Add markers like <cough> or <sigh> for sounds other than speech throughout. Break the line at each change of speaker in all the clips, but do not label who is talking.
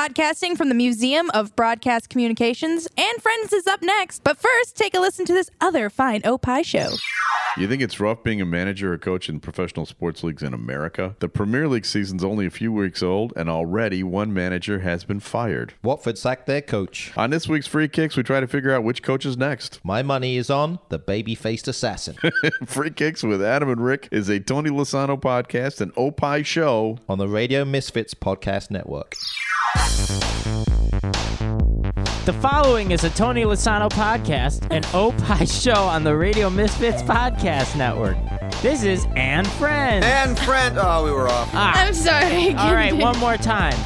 Podcasting from the Museum of Broadcast Communications and Friends is up next. But first, take a listen to this other fine Opie show.
You think it's rough being a manager or coach in professional sports leagues in America? The Premier League season's only a few weeks old, and already one manager has been fired.
Watford sacked their coach.
On this week's Free Kicks, we try to figure out which coach is next. <laughs>
My money is on the baby faced assassin
Free Kicks with Adam and Rick is a Tony Lasano podcast and Opie show.
on the Radio Misfits Podcast Network.
The following is a Tony Lasano podcast, an Opie show on the Radio Misfits Podcast Network. This is Anne Friends.
And friend, oh, we were off.
I'm sorry.
All right, one more time.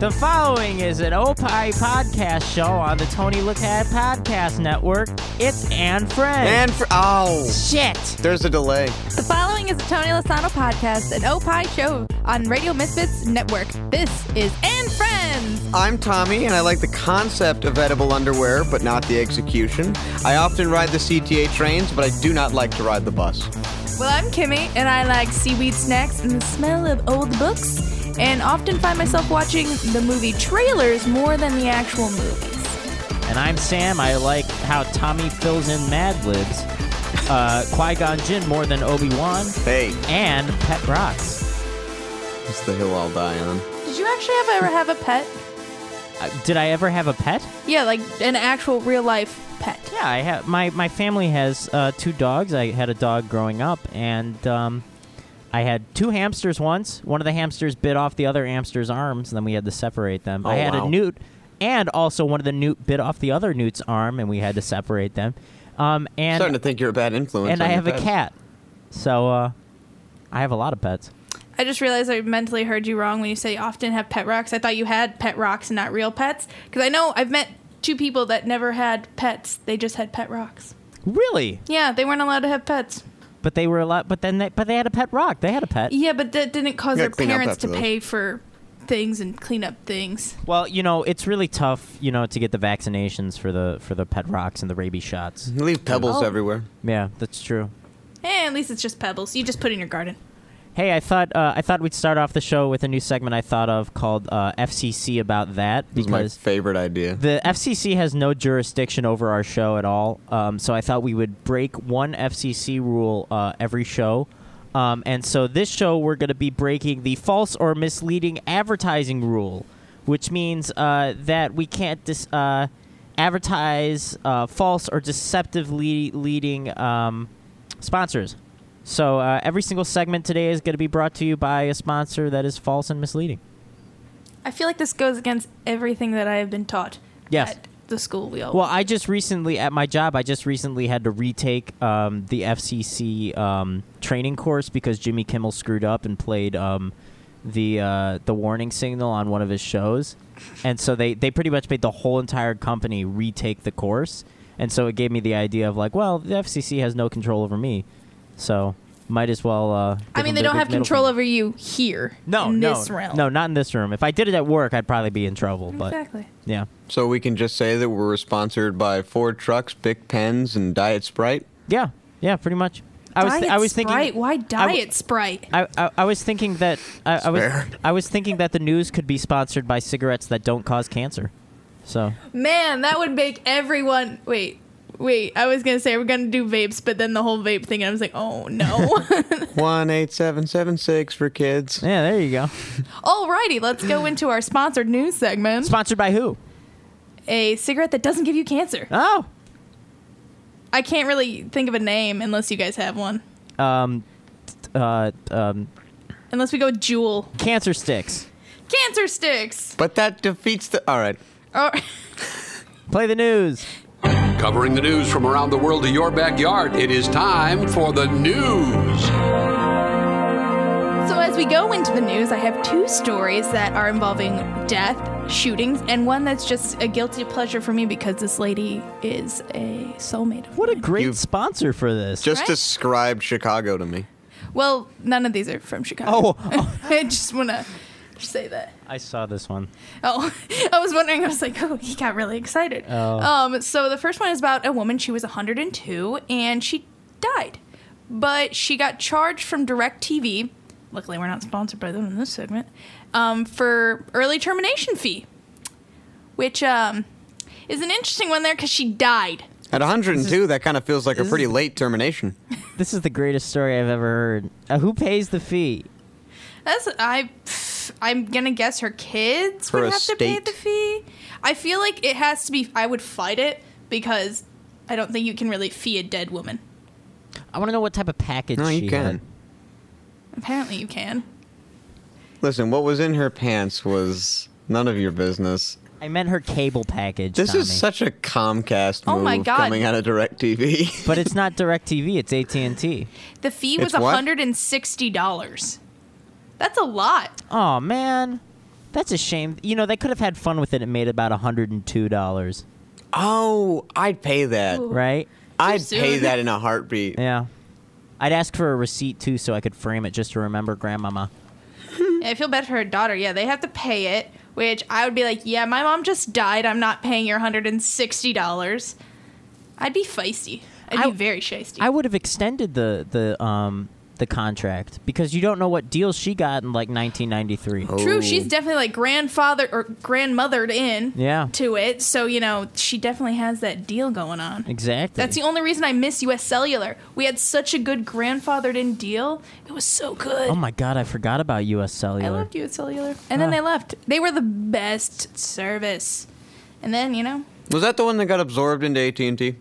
The following is an Opie podcast show on the Tony Lacat Podcast Network. It's Anne Friends.
And fr- oh,
Shit.
there's a delay.
The following is a Tony Lasano podcast, an Opie show on Radio Misfits Network. This is And Friends.
I'm Tommy, and I like the concept of edible underwear, but not the execution. I often ride the CTA trains, but I do not like to ride the bus.
Well, I'm Kimmy, and I like seaweed snacks and the smell of old books, and often find myself watching the movie trailers more than the actual movies.
And I'm Sam. I like how Tommy fills in Mad Libs, uh, <laughs> Qui Gon Jinn more than Obi Wan,
Hey,
and Pet Rocks.
it's the hill I'll die on.
Did you actually have, ever have a pet?
Uh, did I ever have a pet?
Yeah, like an actual real life pet.
Yeah, I have. My my family has uh, two dogs. I had a dog growing up, and um, I had two hamsters once. One of the hamsters bit off the other hamster's arms, and then we had to separate them. I had
Oh, wow.
a newt, and also one of the newt bit off the other newt's arm, and we had to separate them. Um, and
Starting to think you're a bad influence.
and
on
I
your
have a
pets.
cat, so uh, I have a lot of pets.
I just realized I mentally heard you wrong when you say you often have pet rocks. I thought you had pet rocks and not real pets. Because I know I've met two people that never had pets, they just had pet rocks.
Really?
Yeah, they weren't allowed to have pets.
But they were a lot. But then they but they had a pet rock. They had a pet.
Yeah, but that didn't cause
Yeah,
their
clean up
parents
after
to
those.
pay for things and clean up things.
Well, you know, it's really tough, you know, to get the vaccinations for the for the pet rocks and the rabies shots.
You leave pebbles
Oh.
everywhere.
Yeah, that's true.
Eh, at least it's just pebbles. You just put in your garden.
Hey, I thought uh, I thought we'd start off the show with a new segment I thought of called uh, FCC about that
It's my
because
favorite idea.
the FCC has no jurisdiction over our show at all. Um, so I thought we would break one FCC rule uh, every show. Um, and so this show, we're going to be breaking the false or misleading advertising rule, which means uh, that we can't dis- uh, advertise uh, false or deceptively leading um, sponsors. So uh, every single segment today is going to be brought to you by a sponsor that is false and misleading.
I feel like this goes against everything that I have been taught
Yes.
at the school we all
Well, I just recently at my job, I just recently had to retake um, the FCC um, training course because Jimmy Kimmel screwed up and played um, the uh, the warning signal on one of his shows, and so they they pretty much made the whole entire company retake the course, and so it gave me the idea of like, well, the FCC has no control over me, so might as well. Uh, give
I mean,
them
they
their
don't
big
have
middle
control
finger.
over you here
No,
in
no,
this realm.
no, not in this room. If I did it at work, I'd probably be in trouble. But
Exactly.
yeah.
So we can just say that we're sponsored by Ford trucks, Bic pens, and
<laughs>
Diet Sprite.
Yeah, yeah, pretty much. I was,
Diet
I was thinking,
Sprite? Why
I w-
diet Sprite?
I, I, I was thinking that I, I was I was thinking that the news could be sponsored by cigarettes that don't cause cancer. So
Man, that would make everyone wait. Wait, I was gonna say we're gonna do vapes, but then the whole vape thing, and I was like, oh
<laughs>
no. <laughs>
One eight seven seven six for kids.
yeah, there you go.
Alrighty, let's go into our sponsored news segment.
Sponsored by who?
a cigarette that doesn't give you cancer.
Oh,
I can't really think of a name unless you guys have one.
um, t- uh, um,
Unless we go Jewel
cancer sticks.
cancer sticks.
But that defeats the. All right.
Oh, <laughs>
Play the news.
Covering the news from around the world to your backyard, it is time for the news.
so as we go into the news, I have two stories that are involving death, shootings, and one that's just a guilty pleasure for me because this lady is a soulmate of
What a great
You've-
sponsor for this.
Just
Right?
described Chicago to me.
Well, none of these are from Chicago.
Oh,
<laughs> I just want to say that.
I saw this one.
Oh, <laughs> I was wondering. I was like, oh, he got really excited.
Oh.
Um, so the first one is about a woman. She was 102 and she died, but she got charged from DirecTV. Luckily, we're not sponsored by them in this segment um, for early termination fee. which um, is an interesting one there because she died.
At 102, that kind of feels like a
this
pretty
is-
late termination.
This is the greatest story I've ever heard. Uh, who pays the fee?
That's I. pff, I'm gonna guess her kids
Her
would have to pay
estate.
the fee. I feel like it has to be. I would fight it because I don't think you can really fee a dead woman.
I want to know what type of package
No,
she
you can.
had.
Apparently, you can.
Listen, what was in her pants was none of your business.
I meant her cable package.
This
Tommy.
is such a Comcast
Oh
move
my God.
coming out of DirecTV. <laughs>
But it's not DirecTV. It's AT and T.
The fee
It's
was
what?
hundred and sixty dollars. That's a lot.
Oh man, that's a shame. You know they could have had fun with it and made about hundred and two dollars,
Oh, I'd pay that.
right?
I'd
soon.
pay that in a heartbeat.
Yeah. I'd ask for a receipt too, so I could frame it just to remember Grandmama.
I feel bad for her daughter. Yeah, they have to pay it, which I would be like, yeah, my mom just died. I'm not paying your hundred and sixty dollars. I'd be feisty. I'd
I-
be very shisty.
I would have extended the the um the contract because you don't know what deal she got in like 1993.
True, she's definitely like grandfather or grandmothered in
Oh. Yeah.
to it. So, you know, she definitely has that deal going on.
Exactly.
That's the only reason I miss US Cellular. We had such a good grandfathered in deal. It was so good.
Oh my god, I forgot about U.S.
I
Cellular.
loved US Cellular. And then
Huh.
they left. They were the best service. And then, you know,
Was that the one that got absorbed into AT&T?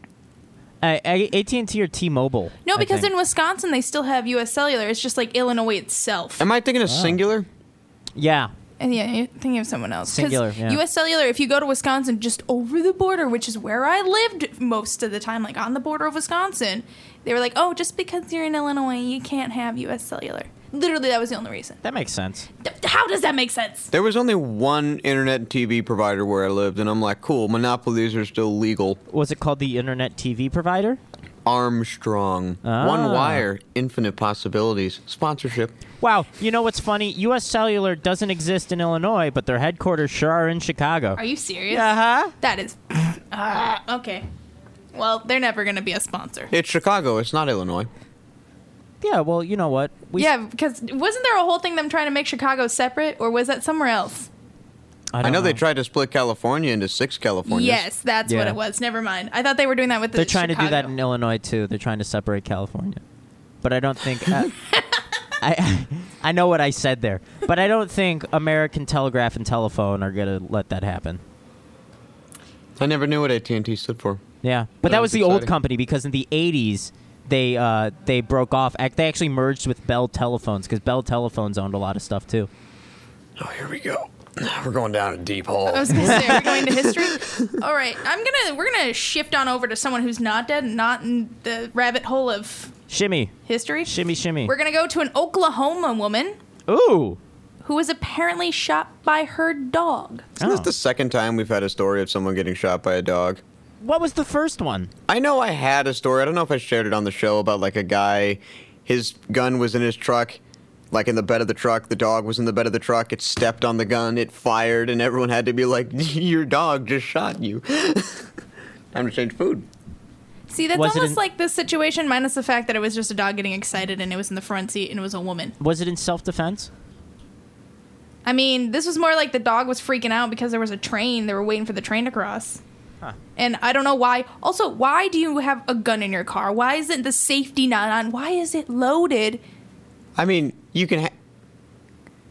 I, I, AT&T or T-Mobile.
no,
I
because
think.
in Wisconsin they still have US Cellular. It's just like Illinois itself.
Am I thinking of singular?
yeah,
And yeah, you're thinking of someone else. 'Cause
Singular, yeah.
U.S. Cellular. If you go to Wisconsin, just over the border, which is where I lived most of the time, like on the border of Wisconsin, they were like, "Oh, just because you're in Illinois, you can't have U.S. Cellular." Literally, that was the only reason.
that makes sense.
Th- How does that make sense?
There was only one internet and TV provider where I lived, and I'm like, cool, monopolies are still legal.
Was it called the Internet TV provider?
Armstrong.
Ah.
One wire, infinite possibilities. Sponsorship.
Wow, you know what's funny? U.S. Cellular doesn't exist in Illinois, but their headquarters sure are in Chicago.
Are you serious?
Uh huh.
That is Ah, okay. Well, they're never gonna be a sponsor.
It's Chicago, it's not Illinois.
Yeah. Well, you know what? We,
Yeah, because wasn't there a whole thing them trying to make Chicago separate, or was that somewhere else?
I,
I
don't
know they tried to split California into six Californias.
Yes, that's what
Yeah.
it was. Never mind. I thought they were doing that with the
They're trying to do that
Chicago.
in Illinois too. They're trying to separate California, but I don't think.
<laughs>
Uh, I <laughs> I know what I said there, but I don't think American Telegraph and Telephone are gonna let that happen.
I never knew what AT&T stood for.
Yeah, but that
That
was
was
the old
exciting.
company because in the '80s they uh, they broke off. Ac- They actually merged with Bell Telephones because Bell Telephones owned a lot of stuff too.
Oh, here we go.
<sighs> We're going down a deep hole.
I was gonna say, are we going to history? All right, I'm gonna we're gonna shift on over to someone who's not dead, and not in the rabbit hole of
Shimmy,
history.
shimmy, shimmy.
We're gonna go to an Oklahoma woman
Ooh,
who was apparently shot by her dog.
Isn't this
Oh.
the second time we've had a story of someone getting shot by a dog?
what was the first one?
I know I had a story. I don't know if I shared it on the show about like a guy, his gun was in his truck, like in the bed of the truck. The dog was in the bed of the truck. It stepped on the gun. It fired, and everyone had to be like, <laughs> "Your dog just shot you." <laughs> Time to change food.
See, that's
Was it
almost
in-
like this situation, minus the fact that it was just a dog getting excited and it was in the front seat and it was a woman.
Was it in self-defense?
I mean, this was more like the dog was freaking out because there was a train. They were waiting for the train to cross. And I don't know why. Also, why do you have a gun in your car? Why isn't the safety not on? Why is it loaded?
I mean, you can. Ha-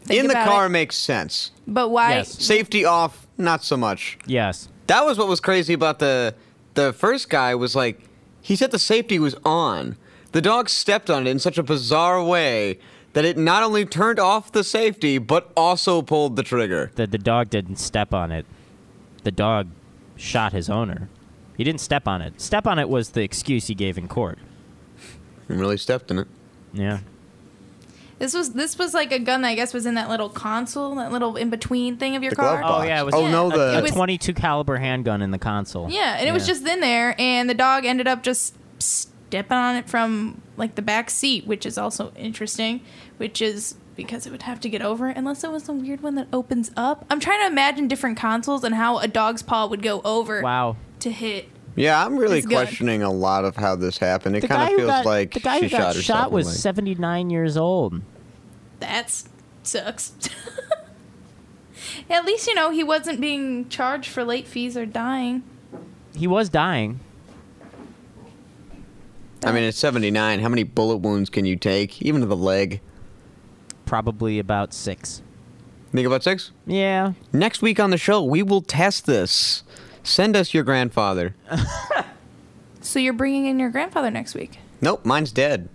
Think
in the
about
car
it.
makes sense.
But why?
Yes.
Safety off, not so much.
Yes.
That was what was crazy about the the first guy was like he said the safety was on. The dog stepped on it in such a bizarre way that it not only turned off the safety but also pulled the trigger.
that the dog didn't step on it. The dog shot his owner. He didn't step on it. Step on it was the excuse he gave in court.
And really stepped in it.
Yeah.
This was this was like a gun that I guess was in that little console, that little in between thing of your
The
car.
glove box.
Oh, yeah, it was-
oh no,
Yeah,
the
it
A
was-
22 caliber handgun in the console.
Yeah, and it was just in there, and the dog ended up just stepping on it from like the back seat, which is also interesting, which is because it would have to get over it, unless it was some weird one that opens up. I'm trying to imagine different consoles and how a dog's paw would go over
Wow.
to hit.
yeah. I'm really
It's good.
questioning a lot of how this happened. It
The
kind
guy
of
who
feels
got,
like
the guy
she
who got
shot herself
shot
in the
was
leg.
79 years old.
That's sucks. <laughs> At least you know he wasn't being charged for late fees or dying.
He was dying.
I mean, it's 79. How many bullet wounds can you take, even to the leg?
Probably about six.
Think about six.
Yeah.
Next week on the show, we will test this. Send us your grandfather.
So you're bringing in your grandfather next week.
nope, mine's dead.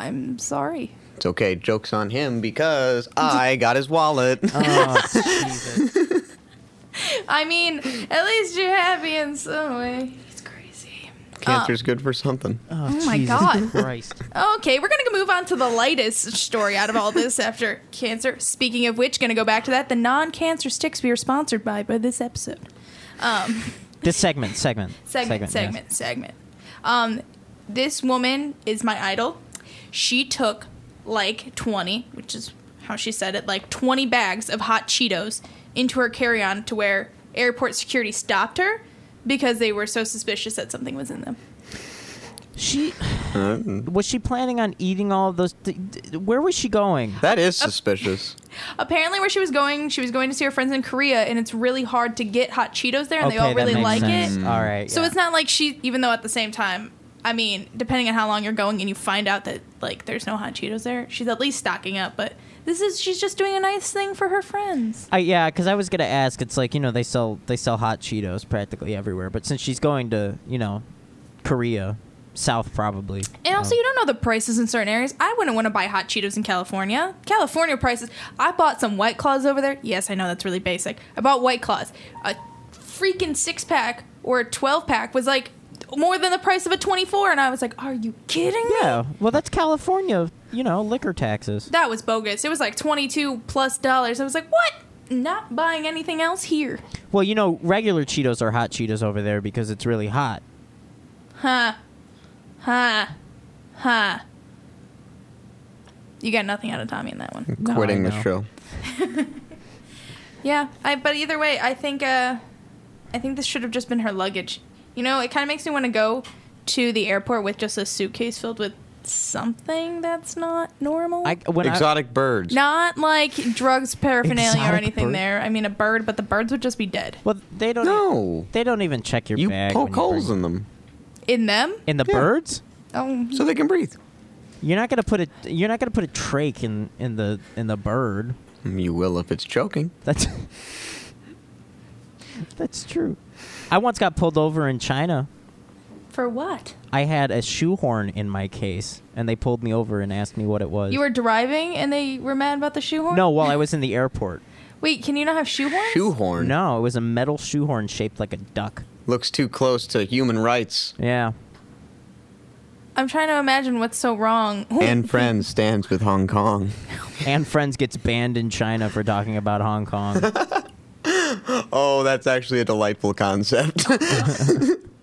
I'm sorry.
It's okay. Joke's on him because I got
<laughs>
his wallet.
Uh,
I mean, at least you're happy in some way. It's crazy.
<laughs> Cancer's good for something.
uh,
Oh my god.
Christ.
Okay, we're gonna move on to the lightest story out of all this after cancer. Speaking of which, gonna go back to that. The non-cancer sticks we are sponsored by by this episode.
this segment, segment,
segment, segment, segment. Um, this woman is my idol. She took like 20, which is how she said it, like 20 bags of hot Cheetos into her carry on to where airport security stopped her because they were so suspicious that something was in them.
yes. She
Uh,
was she planning on eating all of those? Th- th- where was she going?
that is suspicious.
Apparently, where she was going, she was going to see her friends in Korea, and it's really hard to get hot Cheetos there, and they all
that
really
makes
like
sense.
it.
All right.
So
yeah.
it's not like she, even though at the same time, I mean, depending on how long you're going and you find out that like there's no hot Cheetos there, she's at least stocking up. But this is she's just doing a nice thing for her friends.
I, yeah, because I was gonna ask. It's like you know they sell they sell hot Cheetos practically everywhere, but since she's going to you know Korea, South probably.
And also, you don't know the prices in certain areas. I wouldn't want to buy hot Cheetos in California. California prices. I bought some White Claws over there. Yes, I know that's really basic. I bought White Claws. A freaking six pack or a 12 pack was like more than the price of a 24. And I was like, are you kidding me?
yeah. Well, that's California. You know, liquor taxes.
That was bogus. It was like 22 plus dollars. I was like, what? Not buying anything else here.
Well, you know, regular Cheetos are hot Cheetos over there because it's really hot.
Huh. Huh. Huh. You got nothing out of Tommy in that one.
No,
Quitting
I
the
know.
show.
Yeah, I, but either way, I think uh, I think this should have just been her luggage. You know, it kind of makes me want to go to the airport with just a suitcase filled with something that's not normal.
I when I,
Exotic birds.
not like drugs, paraphernalia, or
Exotic
anything
bird.
there. I mean, a bird, but the birds would just be dead.
well they don't e
No.
they don't even check your
You
bag when
poke
you
holes
bring-
in them
In them?
in the birds.
Oh,
so they can breathe.
You're not gonna put a you're not gonna put a trach in in the in the bird.
You will if it's choking.
That's <laughs> that's true. I once got pulled over in China.
for what?
I had a shoehorn in my case, and they pulled me over and asked me what it was.
You were driving and they were mad about the shoehorn?
no, while I was in the airport.
Wait, can you not have shoehorns?
Shoehorn
No, it was a metal shoehorn shaped like a duck.
looks too close to human rights.
Yeah,
I'm trying to imagine what's so wrong.
And friends stands with
<laughs>
Hong Kong.
and Friends gets banned in China for talking about Hong Kong.
Oh, that's actually a delightful concept. <laughs>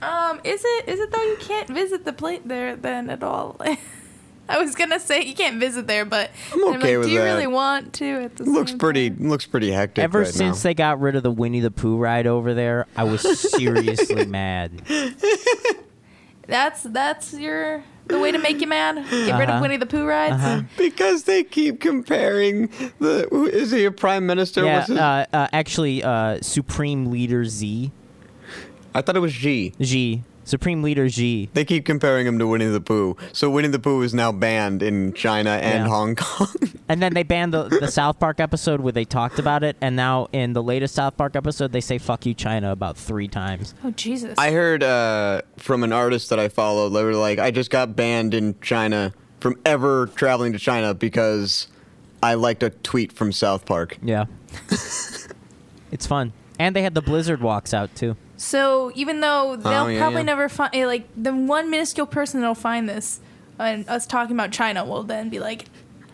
Um, is it is it though you can't visit the plate there then at all? <laughs> I was gonna say you can't visit there, but
I'm
then
okay
like,
with
do you
that.
really want to? At the
looks
same
pretty
time?
looks pretty hectic.
Oh, Ever
right
since
now.
they got rid of the Winnie the Pooh ride over there, I was seriously <laughs> mad.
That's that's your the way to make you mad. Get rid
Uh-huh.
of Winnie the Pooh rides.
because they keep comparing the who- is he a prime minister?
Yeah,
What's his-
uh, uh, actually, uh, Supreme Leader Z,
I thought it was Xi.
G, Supreme Leader G.
They keep comparing him to Winnie the Pooh. So Winnie the Pooh is now banned in China and
Yeah.
Hong Kong. <laughs>
And then they banned the, the South Park episode where they talked about it, and now in the latest South Park episode, they say "fuck you, China" about three times.
Oh Jesus!
I heard uh, from an artist that I follow, they were like, I just got banned in China from ever traveling to China because I liked a tweet from South Park.
Yeah, it's fun, and they had the Blizzard walks out too.
so even though they'll
Oh, yeah,
probably
yeah.
never find like the one minuscule person that'll find this, and us talking about China will then be like,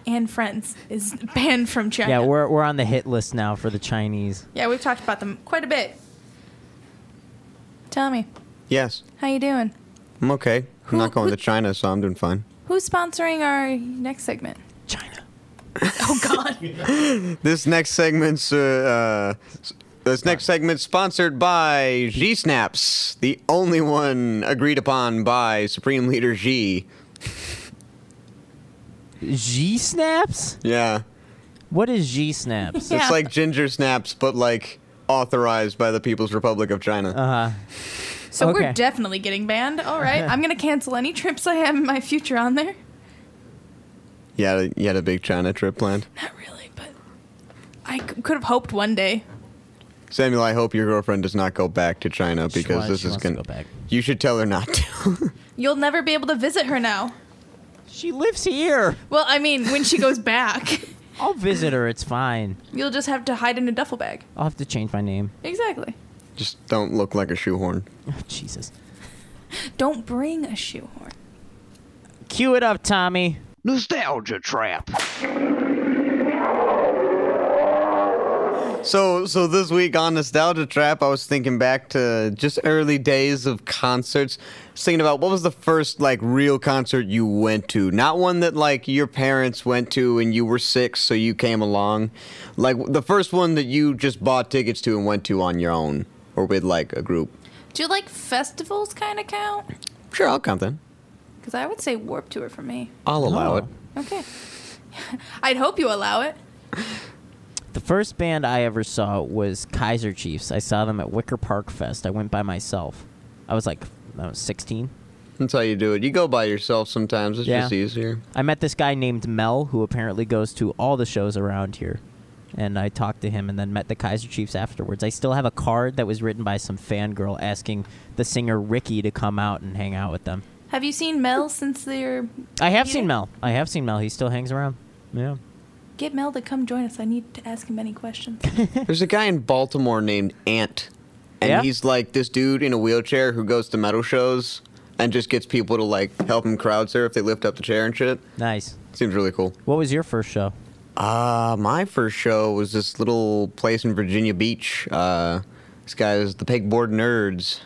and friends is <laughs> banned from China.
Yeah, we're we're on the hit list now for the Chinese.
yeah we've talked about them quite a bit. Tommy,
Yes,
how you doing?
I'm okay. I'm
Who-
not going
who-
to China, so I'm doing fine.
Who's sponsoring our next segment?
China.
Oh God!
This next segment's uh, uh, s- this next segment's sponsored by G Snaps, the only one agreed upon by Supreme Leader Xi.
G snaps.
Yeah.
What is G snaps?
Yeah.
<laughs> It's like ginger snaps, but like authorized by the People's Republic of China.
Uh. Uh-huh.
So
Okay.
we're definitely getting banned. All
<laughs>
right. I'm going to cancel any trips I have in my future on there. <laughs>
You, had a, you had a big China trip planned.
Not really, but I c- could have hoped one day.
Samuel, I hope your girlfriend does not go back to China
She
because
wants-
this
she
is
wants to
going
go back.
You should tell her not to. <laughs>
You'll never be able to visit her now.
she lives here.
Well, I mean, when she goes back,
I'll visit her. It's fine.
you'll just have to hide in a duffel bag.
I'll have to change my name.
Exactly.
Just don't look like a shoehorn.
Oh, Jesus.
Don't bring a shoehorn.
Cue it up, Tommy.
Nostalgia Trap.
So, so this week on Nostalgia Trap, I was thinking back to just early days of concerts. I was thinking about what was the first like real concert you went to, not one that like your parents went to and you were six, so you came along, like the first one that you just bought tickets to and went to on your own or with like a group.
Do like festivals kind of count?
Sure, I'll count then.
Because I would say Warp Tour for me.
I'll allow it.
Okay. <laughs> I'd hope you allow it.
The first band I ever saw was Kaiser Chiefs. I saw them at Wicker Park Fest. I went by myself. I was like, I was 16.
That's how you do it. You go by yourself sometimes. It's
Yeah.
just easier.
I met this guy named Mel who apparently goes to all the shows around here. And I talked to him and then met the Kaiser Chiefs afterwards. I still have a card that was written by some fangirl asking the singer Ricky to come out and hang out with them.
Have you seen Mel since they're.
I have
You
seen
did?
Mel. I have seen Mel. He still hangs around. Yeah.
Get Mel to come join us. I need to ask him any
<laughs>
questions.
There's a guy in Baltimore named Ant, and
Yeah?
he's like this dude in a wheelchair who goes to metal shows and just gets people to like help him crowd surf. They lift up the chair and shit.
Nice.
Seems really cool.
What was your first show?
Uh, my first show was this little place in Virginia Beach. Uh, this guy is the Pegboard Nerds.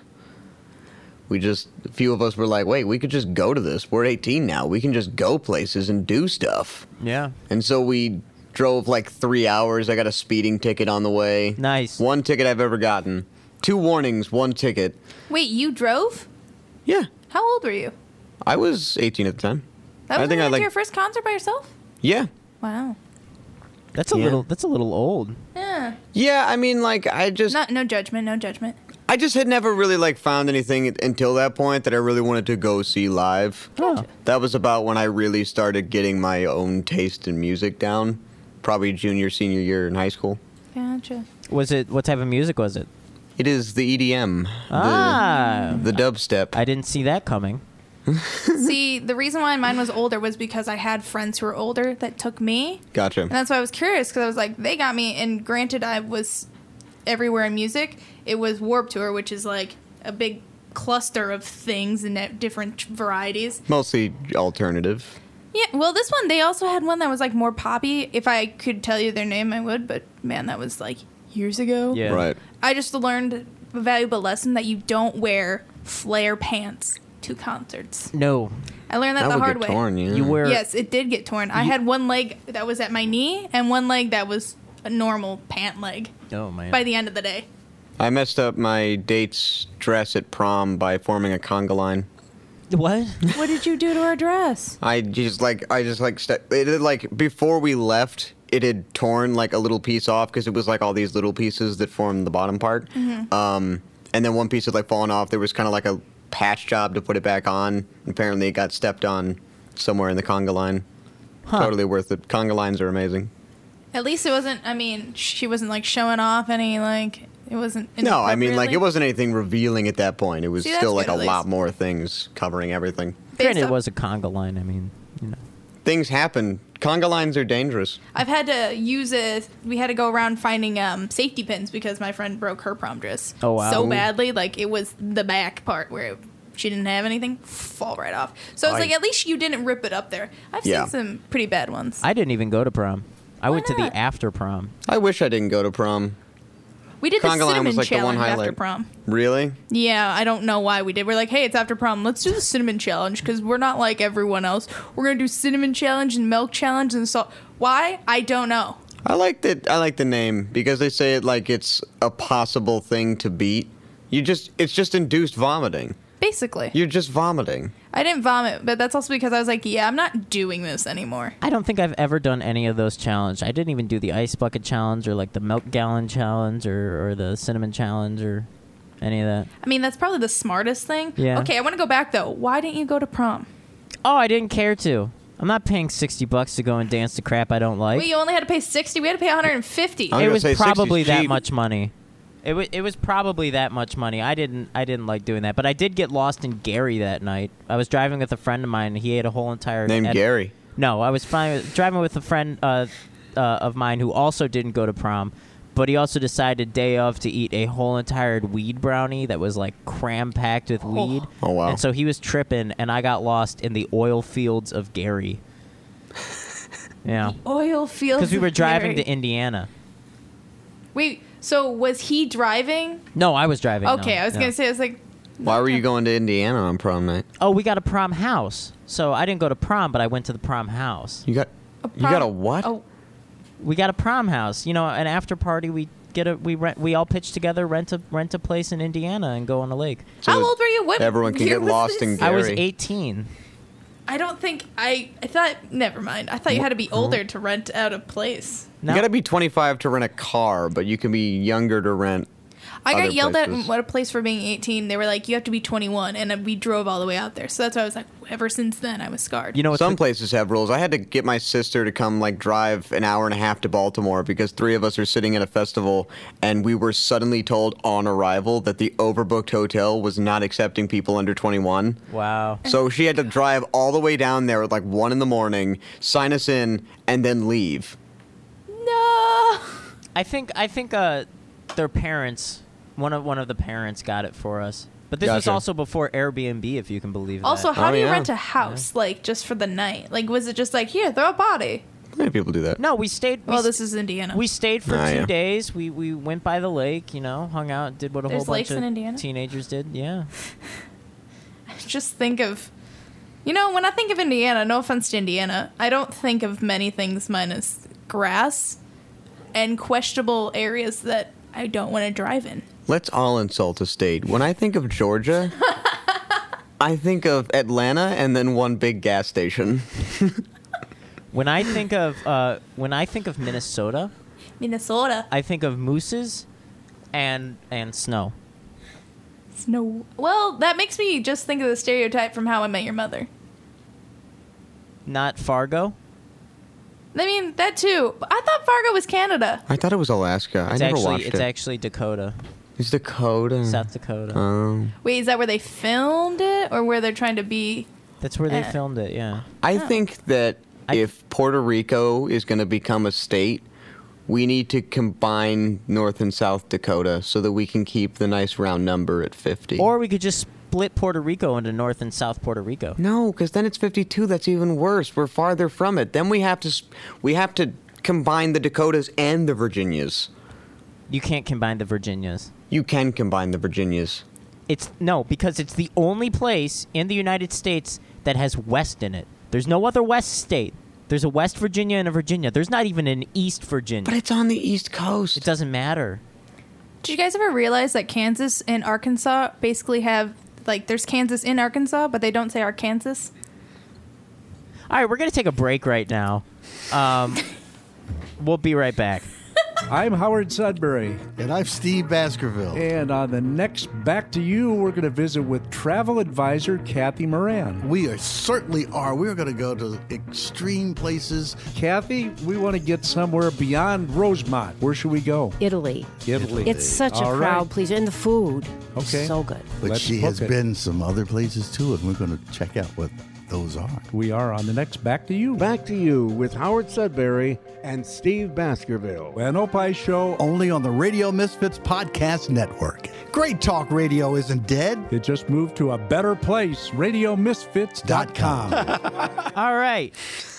We just, a few of us were like, wait, we could just go to this. We're 18 now. We can just go places and do stuff.
Yeah.
And so we drove like three hours. I got a speeding ticket on the way.
Nice.
One ticket I've ever gotten. Two warnings, one ticket.
Wait, you drove?
Yeah.
How old were you?
I was 18 at the time.
That was
I
when
think I
you went to
like.
your first concert by yourself?
yeah.
Wow.
That's a
Yeah.
little that's a little old.
Yeah.
Yeah, I mean, like, I just,
Not, no judgment, no judgment.
I just had never really like found anything until that point that I really wanted to go see live.
Gotcha.
That was about when I really started getting my own taste in music down. Probably junior, senior year in high school.
Gotcha.
Was it what type of music was it?
It is the EDM,
Ah.
the, the dubstep.
I didn't see that coming.
See, the reason why mine was older was because I had friends who were older that took me.
gotcha.
And that's why I was curious because I was like, they got me. And granted, I was everywhere in music. It was Warp Tour, which is like a big cluster of things and at different varieties.
Mostly alternative.
Yeah, well, this one, they also had one that was like more poppy. If I could tell you their name, I would. But man, that was like years ago.
Yeah.
Right.
I just learned a valuable lesson that you don't wear flare pants to concerts.
No.
I learned that,
that
the
would
hard
get
way.
torn, yeah.
You were
Yes, it did get torn. I had one leg that was at my knee and one leg that was a normal pant leg
Oh man.
by the end of the day.
I messed up my date's dress at prom by forming a conga line.
<laughs> what?
What did you do to her dress?
I just like I just like st- it had, like before we left, it had torn like a little piece off because it was like all these little pieces that formed the bottom part.
Mm-hmm.
Um, and then one piece had like fallen off. There was kind of like a patch job to put it back on. Apparently, it got stepped on somewhere in the conga line. Totally worth it. Conga lines are amazing.
At least it wasn't. I mean, she wasn't like showing off any like. It wasn't. <laughs>
No, I mean like
inappropriately
it wasn't anything revealing at that point. It was
See, that's
still like
good,
a
at
lot
least.
more things covering everything.
based
Granted, it
off-
was a conga line. I mean, you know.
Things happen. Conga lines are dangerous.
I've had to use a. We had to go around finding um, safety pins because my friend broke her prom dress.
Oh, wow.
So
Ooh.
badly, like it was the back part where it, she didn't have anything fall right off. So it's
I-
like at least you didn't rip it up there. I've
Yeah.
seen some pretty bad ones.
I didn't even go to prom. I went to
not?
the after prom.
I wish I didn't go to prom.
we did the
conga line
cinnamon
was, like, the one
challenge after
highlight.
prom.
Really?
Yeah, I don't know why we did. We're like, hey, it's after prom. Let's do the cinnamon challenge because we're not like everyone else. We're gonna do cinnamon challenge and milk challenge and salt. Why? I don't know.
I like that. I like the name because they say it like it's a possible thing to beat. You just it's just induced vomiting.
Basically,
You're just vomiting.
I didn't vomit, but that's also because I was like, yeah, I'm not doing this anymore.
I don't think I've ever done any of those challenge. I didn't even do the ice bucket challenge or like the milk gallon challenge or, or the cinnamon challenge or any of that.
I mean, that's probably the smartest thing.
Yeah.
Okay, I want to go back though. Why didn't you go to prom?
Oh, I didn't care to. I'm not paying 60 bucks to go and dance to crap I don't like.
Wait, you only had to pay sixty. We had to pay 150.
I'm
it
gonna
was
say 60's
probably that
cheap.
much money. It was it was probably that much money. I didn't I didn't like doing that, but I did get lost in Gary that night. I was driving with a friend of mine. He had a whole entire
Named
and-
Gary.
No, I was fine with- driving with a friend uh, uh, of mine who also didn't go to prom, but he also decided day of to eat a whole entire weed brownie that was like cram packed with weed.
Oh, wow.
And so he was tripping, and I got lost in the oil fields of
<laughs>
Gary. Yeah,
Oil fields.
because we were
of
driving
Gary.
to Indiana.
Wait, so was he driving?
No, I was driving. no,
okay, I was
no.
gonna say, I was like,
Why were you going to Indiana on prom night?
Oh, we got a prom house. So I didn't go to prom, but I went to the prom house.
You got you
prom-
got a what?
Oh,
We got a prom house. You know, an after party. We get a we rent. We all pitch together, rent a rent a place in Indiana, and go on a lake.
So
how
that
old were you? What
everyone can
year
get
was
lost
this?
in
I was
Gary.
18.
I don't think I. I thought. Never mind. I thought you had to be
Mm-hmm.
older to rent out a place.
No,
You got to be 25 to rent a car, but you can be younger to rent.
I
Other
got yelled
places.
at. What a place for being 18. They were like, you have to be 21, and we drove all the way out there. So that's why I was like, ever since then, I was scarred.
you know what's
Some
the-
places have rules. I had to get my sister to come like drive an hour and a half to Baltimore because three of us are sitting at a festival and we were suddenly told on arrival that the overbooked hotel was not accepting people under 21.
wow.
So she had to drive all the way down there at like one in the morning, sign us in, and then leave.
no.
I think I think uh, their parents. One of one of the parents got it for us. But this was
Gotcha.
also before Airbnb, if you can believe
Also,
that.
how
Oh,
do you
yeah.
rent a house like just for the night? Like, was it just like here, throw a body?
Many people do that.
no, we stayed. We
Well,
st-
this is Indiana.
We stayed for
Ah,
two
yeah.
days. We we went by the lake, you know, hung out, did what a
There's
whole bunch
lakes in Indiana?
of teenagers did. Yeah.
just think of, you know, when I think of Indiana, no offense to Indiana, I don't think of many things minus grass and questionable areas that I don't want to drive in.
Let's all insult a state. When I think of Georgia,
<laughs>
I think of Atlanta and then one big gas station.
When I think of uh, when I think of Minnesota,
Minnesota,
I think of mooses and and snow.
it's no. Well, that makes me just think of the stereotype from How I Met Your Mother.
Not Fargo.
I mean that too. I thought Fargo was Canada.
I thought it was Alaska.
It's
I never
actually
watched
it's
it. Mm.
actually Dakota,
it's Dakota.
South Dakota.
Oh.
Wait, is that where they filmed it, or where they're trying to be?
That's where they
uh,
filmed it. Yeah.
I think that
I-
if Puerto Rico is going to become a state, we need to combine North and South Dakota so that we can keep the nice round number at 50.
Or we could just split Puerto Rico into North and South Puerto Rico.
No, because then it's 52. That's even worse. We're farther from it. Then we have to s- we have to combine the Dakotas and the Virginias.
You can't combine the Virginias.
You can combine the Virginias.
It's no, because it's the only place in the United States that has West in it. There's no other West state. There's a West Virginia and a Virginia. There's not even an East Virginia.
But it's on the East Coast.
it doesn't matter.
Did you guys ever realize that Kansas and Arkansas basically have like there's Kansas in Arkansas, but they don't say Arkansas?
All right, we're gonna take a break right now.
<laughs>
Um, we'll be right back.
I'm Howard Sudbury,
And I'm Steve Baskerville.
and on the next Back to You, we're going to visit with travel advisor Kathy Moran.
We are certainly are. We're going to go to extreme places.
Kathy, we want to get somewhere beyond Rosemont. Where should we go?
Italy.
Italy.
It's such
All
a
right.
crowd pleaser. And the food.
Okay.
So good.
But
Let's
she
book
has
it.
been some other places too, and we're going to check out what those are.
We are on the next Back to You.
Back to you with Howard Sudbury and Steve Baskerville.
An Opie show.
Only on the Radio Misfits Podcast Network. Great talk radio isn't dead.
It just moved to a better place. RadioMisfits.com.
<laughs>
Dot com.
All right,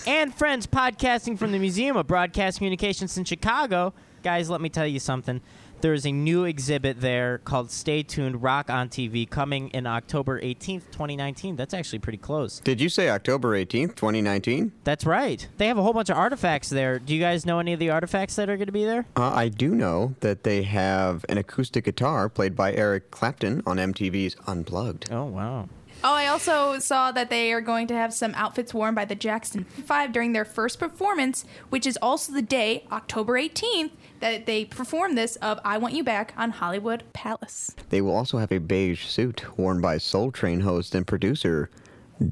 and friends, podcasting from the Museum of Broadcast Communications in Chicago, guys. Let me tell you something. There is a new exhibit there called Stay Tuned Rock on TV coming in October 18th, 2019. That's actually pretty close.
Did you say October 18th, 2019?
That's right. They have a whole bunch of artifacts there. Do you guys know any of the artifacts that are going to be there?
Uh, I do know that they have an acoustic guitar played by Eric Clapton on MTV's Unplugged.
Oh, wow.
Oh, I also saw that they are going to have some outfits worn by the Jackson 5 during their first performance, which is also the day, October 18th, that they perform this of I Want You Back on Hollywood Palace.
They will also have a beige suit worn by Soul Train host and producer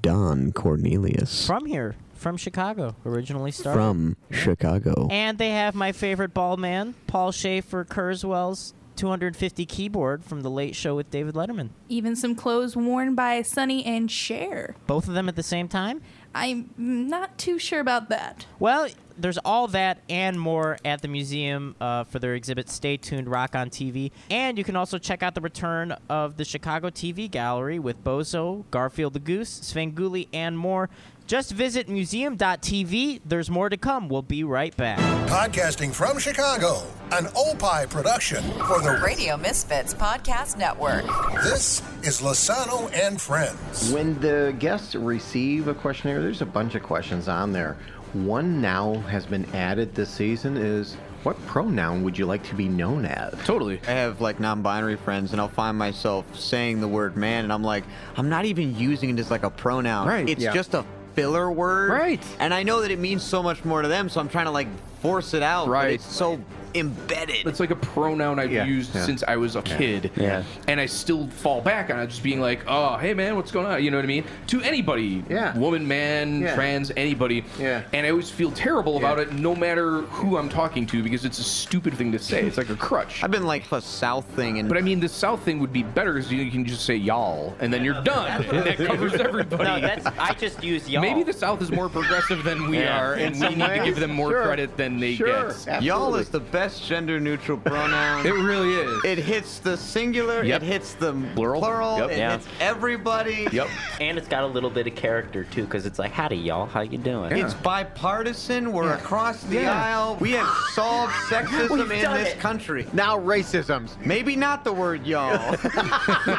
Don Cornelius
From here, from Chicago, originally started.
from Chicago.
And they have my favorite ball man, Paul Schaefer Kurzweil's 250 keyboard from the late show with David Letterman.
Even some clothes worn by Sonny and Cher.
Both of them at the same time?
I'm not too sure about that.
Well, there's all that and more at the museum uh, for their exhibit Stay Tuned Rock on TV. And you can also check out the return of the Chicago TV Gallery with Bozo, Garfield the Goose, Svengoolie, and more. Just visit museum.tv. There's more to come. We'll be right back.
Podcasting from Chicago, an Opie production for the
Radio Misfits Podcast Network.
This is Lasano and Friends.
When the guests receive a questionnaire, there's a bunch of questions on there. One now has been added this season is what pronoun would you like to be known as?
Totally. I have like non binary friends, and I'll find myself saying the word man, and I'm like, I'm not even using it as like a pronoun.
Right,
It's
yeah.
just a filler word.
Right.
And I know that it means so much more to them, so I'm trying to like force it out. But
Right.
it's so embedded.
It's like a pronoun I've
Yeah,
used
yeah.
since I was a kid.
yeah.
And I still fall back on it, just being like, oh, hey, man, what's going on? You know what I mean? To anybody.
Yeah.
Woman, man,
Yeah.
trans, anybody.
Yeah.
And I always feel terrible about
Yeah.
it, no matter who I'm talking to, because it's a stupid thing to say. It's like a
<laughs>
crutch.
I've been like a South thing, and
But I mean, the South thing would be better because you can just say y'all, and then you're done. and that covers everybody.
No, that's I just use y'all.
Maybe the South is more progressive than we
Yeah.
are, and
In
we
some
need to
ways,
give them more
sure.
credit than they
Sure.
get.
y'all is the best gender neutral pronoun.
It really is.
It hits the singular.
Yep.
It hits the
Plural.
plural.
Yep.
It
Yeah.
hits everybody. <laughs>
Yep.
And it's got a little bit of character too, because it's like, howdy y'all, how you doing?
It's bipartisan. We're across the
Yeah.
aisle. We <gasps> have solved sexism
We've
in
done
this
it.
country.
Now racisms.
Maybe not the word <laughs> y'all.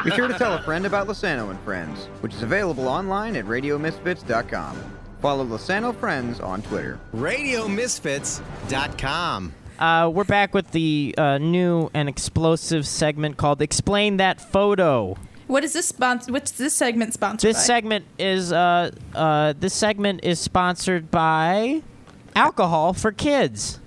Be sure to tell a friend about Lasano and Friends, which is available online at radiomisfits.com. Follow Lasano Friends on Twitter.
RadioMisfits.com.
Uh, we're back with the uh, new and explosive segment called "Explain That Photo."
What is this sponsor? What's this segment sponsored?
This
by?
segment is uh, uh, this segment is sponsored by alcohol for kids.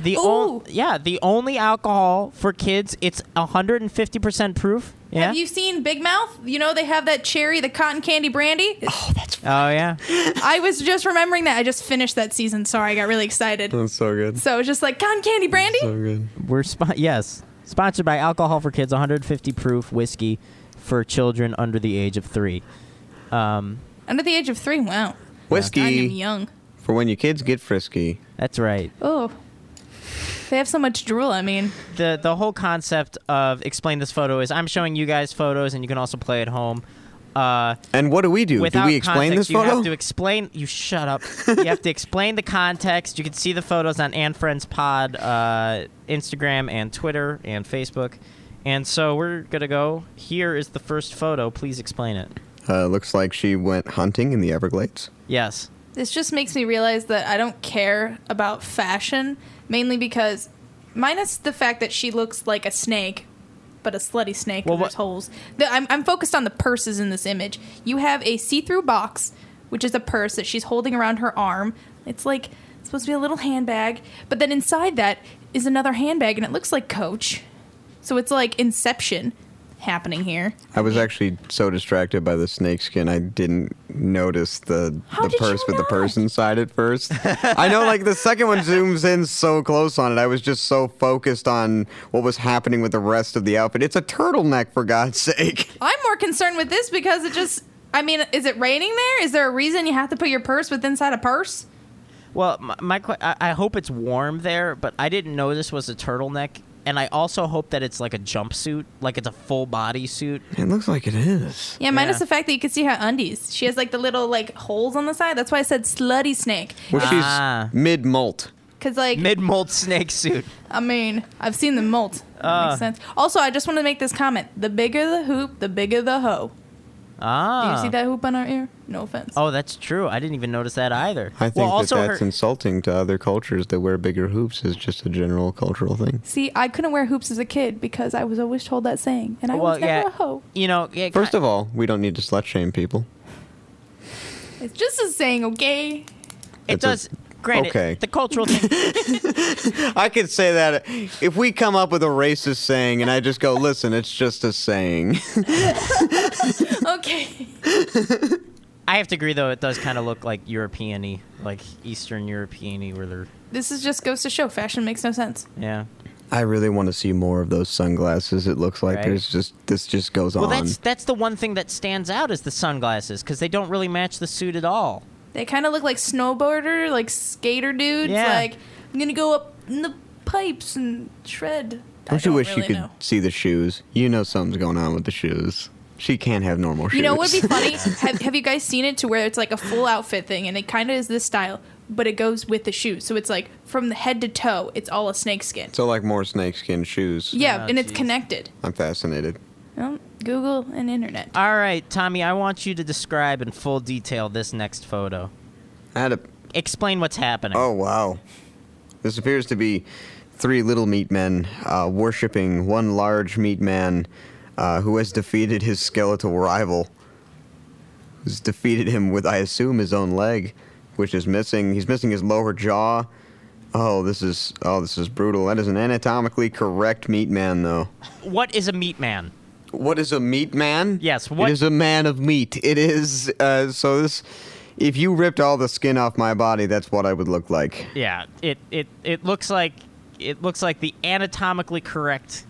The on- yeah, the only alcohol for kids. It's 150% proof. Yeah.
Have you seen Big Mouth? You know they have that cherry, the cotton candy brandy. Oh, that's.
oh yeah.
I was just remembering that. I just finished that season. Sorry, I got really excited.
That's so good.
So it was just like cotton candy brandy.
We're spo- yes, sponsored by alcohol for kids 150 proof whiskey for children under the age of 3. Um,
Under the age of three. Wow.
Whiskey.
I am young.
For when your kids get frisky.
that's right.
Oh. They have so much drool. I mean,
the the whole concept of explain this photo is I'm showing you guys photos and you can also play at home. Uh,
And what do we do?
without
do we explain
context,
this photo?
You have to explain. You shut up. you have to explain the context. You can see the photos on and Friends Pod, uh, Instagram and Twitter and Facebook. And so we're gonna go. Here is the first photo. Please explain it.
Uh, looks like she went hunting in the Everglades.
Yes.
this just makes me realize that I don't care about fashion, mainly because, minus the fact that she looks like a snake, but a slutty snake
Well,
with there's
what-
holes. The, I'm, I'm focused on the purses in this image. You have a see through box, which is a purse that she's holding around her arm. It's like it's supposed to be a little handbag, but then inside that is another handbag, and it looks like Coach. So it's like Inception happening here.
I was actually so distracted by the snakeskin, I didn't notice the
How
the
did you
purse with the
not?
purse inside at first. <laughs> I know, like the second one zooms in so close on it. I was just so focused on what was happening with the rest of the outfit. It's a turtleneck, for God's sake.
I'm more concerned with this because it just. I mean, is it raining there? Is there a reason you have to put your purse with inside a purse?
Well, my, my que- I, I hope it's warm there, but I didn't know this was a turtleneck, and I also hope that it's like a jumpsuit, like it's a full body suit. <laughs>
It looks like it is.
Yeah, minus
Yeah.
the fact that you can see her undies. She has like the little like holes on the side. That's why I said slutty snake.
Well, she's
Ah.
mid molt.
Because, like,
Mid molt snake suit.
I mean, I've seen them molt. That
Uh.
makes sense. Also, I just want to make this comment. The bigger the hoop, the bigger the hoe. Do
Ah.
you see that hoop on our ear? No offense.
Oh, that's true. I didn't even notice that either.
I think
well,
that
also
that's
her-
insulting to other cultures that wear bigger hoops is just a general cultural thing.
See, I couldn't wear hoops as a kid because I was always told that saying, and I
well,
was never
yeah.
a hoe.
You know, yeah,
First of all, we don't need to slut shame people.
It's just a saying, okay? <laughs>
it does. Granted,
okay.
the cultural thing.
I could say that if we come up with a racist saying and I just go, listen, it's just a saying. <laughs>
okay.
I have to agree, though. It does kind of look like European-y, like Eastern European-y, where they're
This is just goes to show fashion makes no sense.
yeah.
I really want to see more of those sunglasses. It looks like
Right.
there's just this just goes
Well,
on.
that's that's the one thing that stands out is the sunglasses because they don't really match the suit at all.
They kind of look like snowboarder, like skater dudes.
Yeah.
Like I'm gonna go up in the pipes and shred. I
Don't you wish
really
you could
know.
see the shoes? You know something's going on with the shoes. She can't have normal shoes.
You know
<laughs>
what would be funny? have, have you guys seen it to where it's like a full outfit thing and it kind of is this style, but it goes with the shoes. So it's like from the head to toe, it's all a snake skin.
so like more snakeskin shoes.
yeah, and it's connected.
I'm fascinated.
Well, Google and internet.
All right, Tommy, I want you to describe in full detail this next photo.
I had a
Explain what's happening.
Oh wow! This appears to be three little meat men uh, worshiping one large meat man uh, who has defeated his skeletal rival. Who's defeated him with, I assume, his own leg, which is missing. He's missing his lower jaw. Oh, this is oh, this is brutal. That is an anatomically correct meat man, though.
What is a meat man?
What is a meat man?
Yes, what-
It is a man of meat. It is uh, so this. If you ripped all the skin off my body, that's what I would look like.
Yeah, it it it looks like it looks like the anatomically correct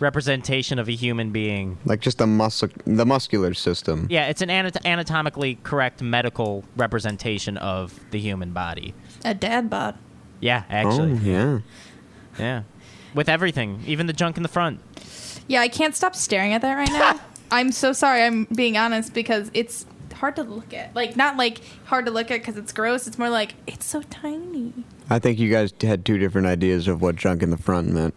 representation of a human being.
like just the muscle the muscular system
Yeah, it's an anat- anatomically correct medical representation of the human body.
A dad bod.
Yeah, actually.
oh, yeah
Yeah. With everything, even the junk in the front.
Yeah, I can't stop staring at that right
<laughs>
now. I'm so sorry. I'm being honest because it's hard to look at. Like not like hard to look at because it's gross. It's more like it's so tiny.
i think you guys had two different ideas of what junk in the front meant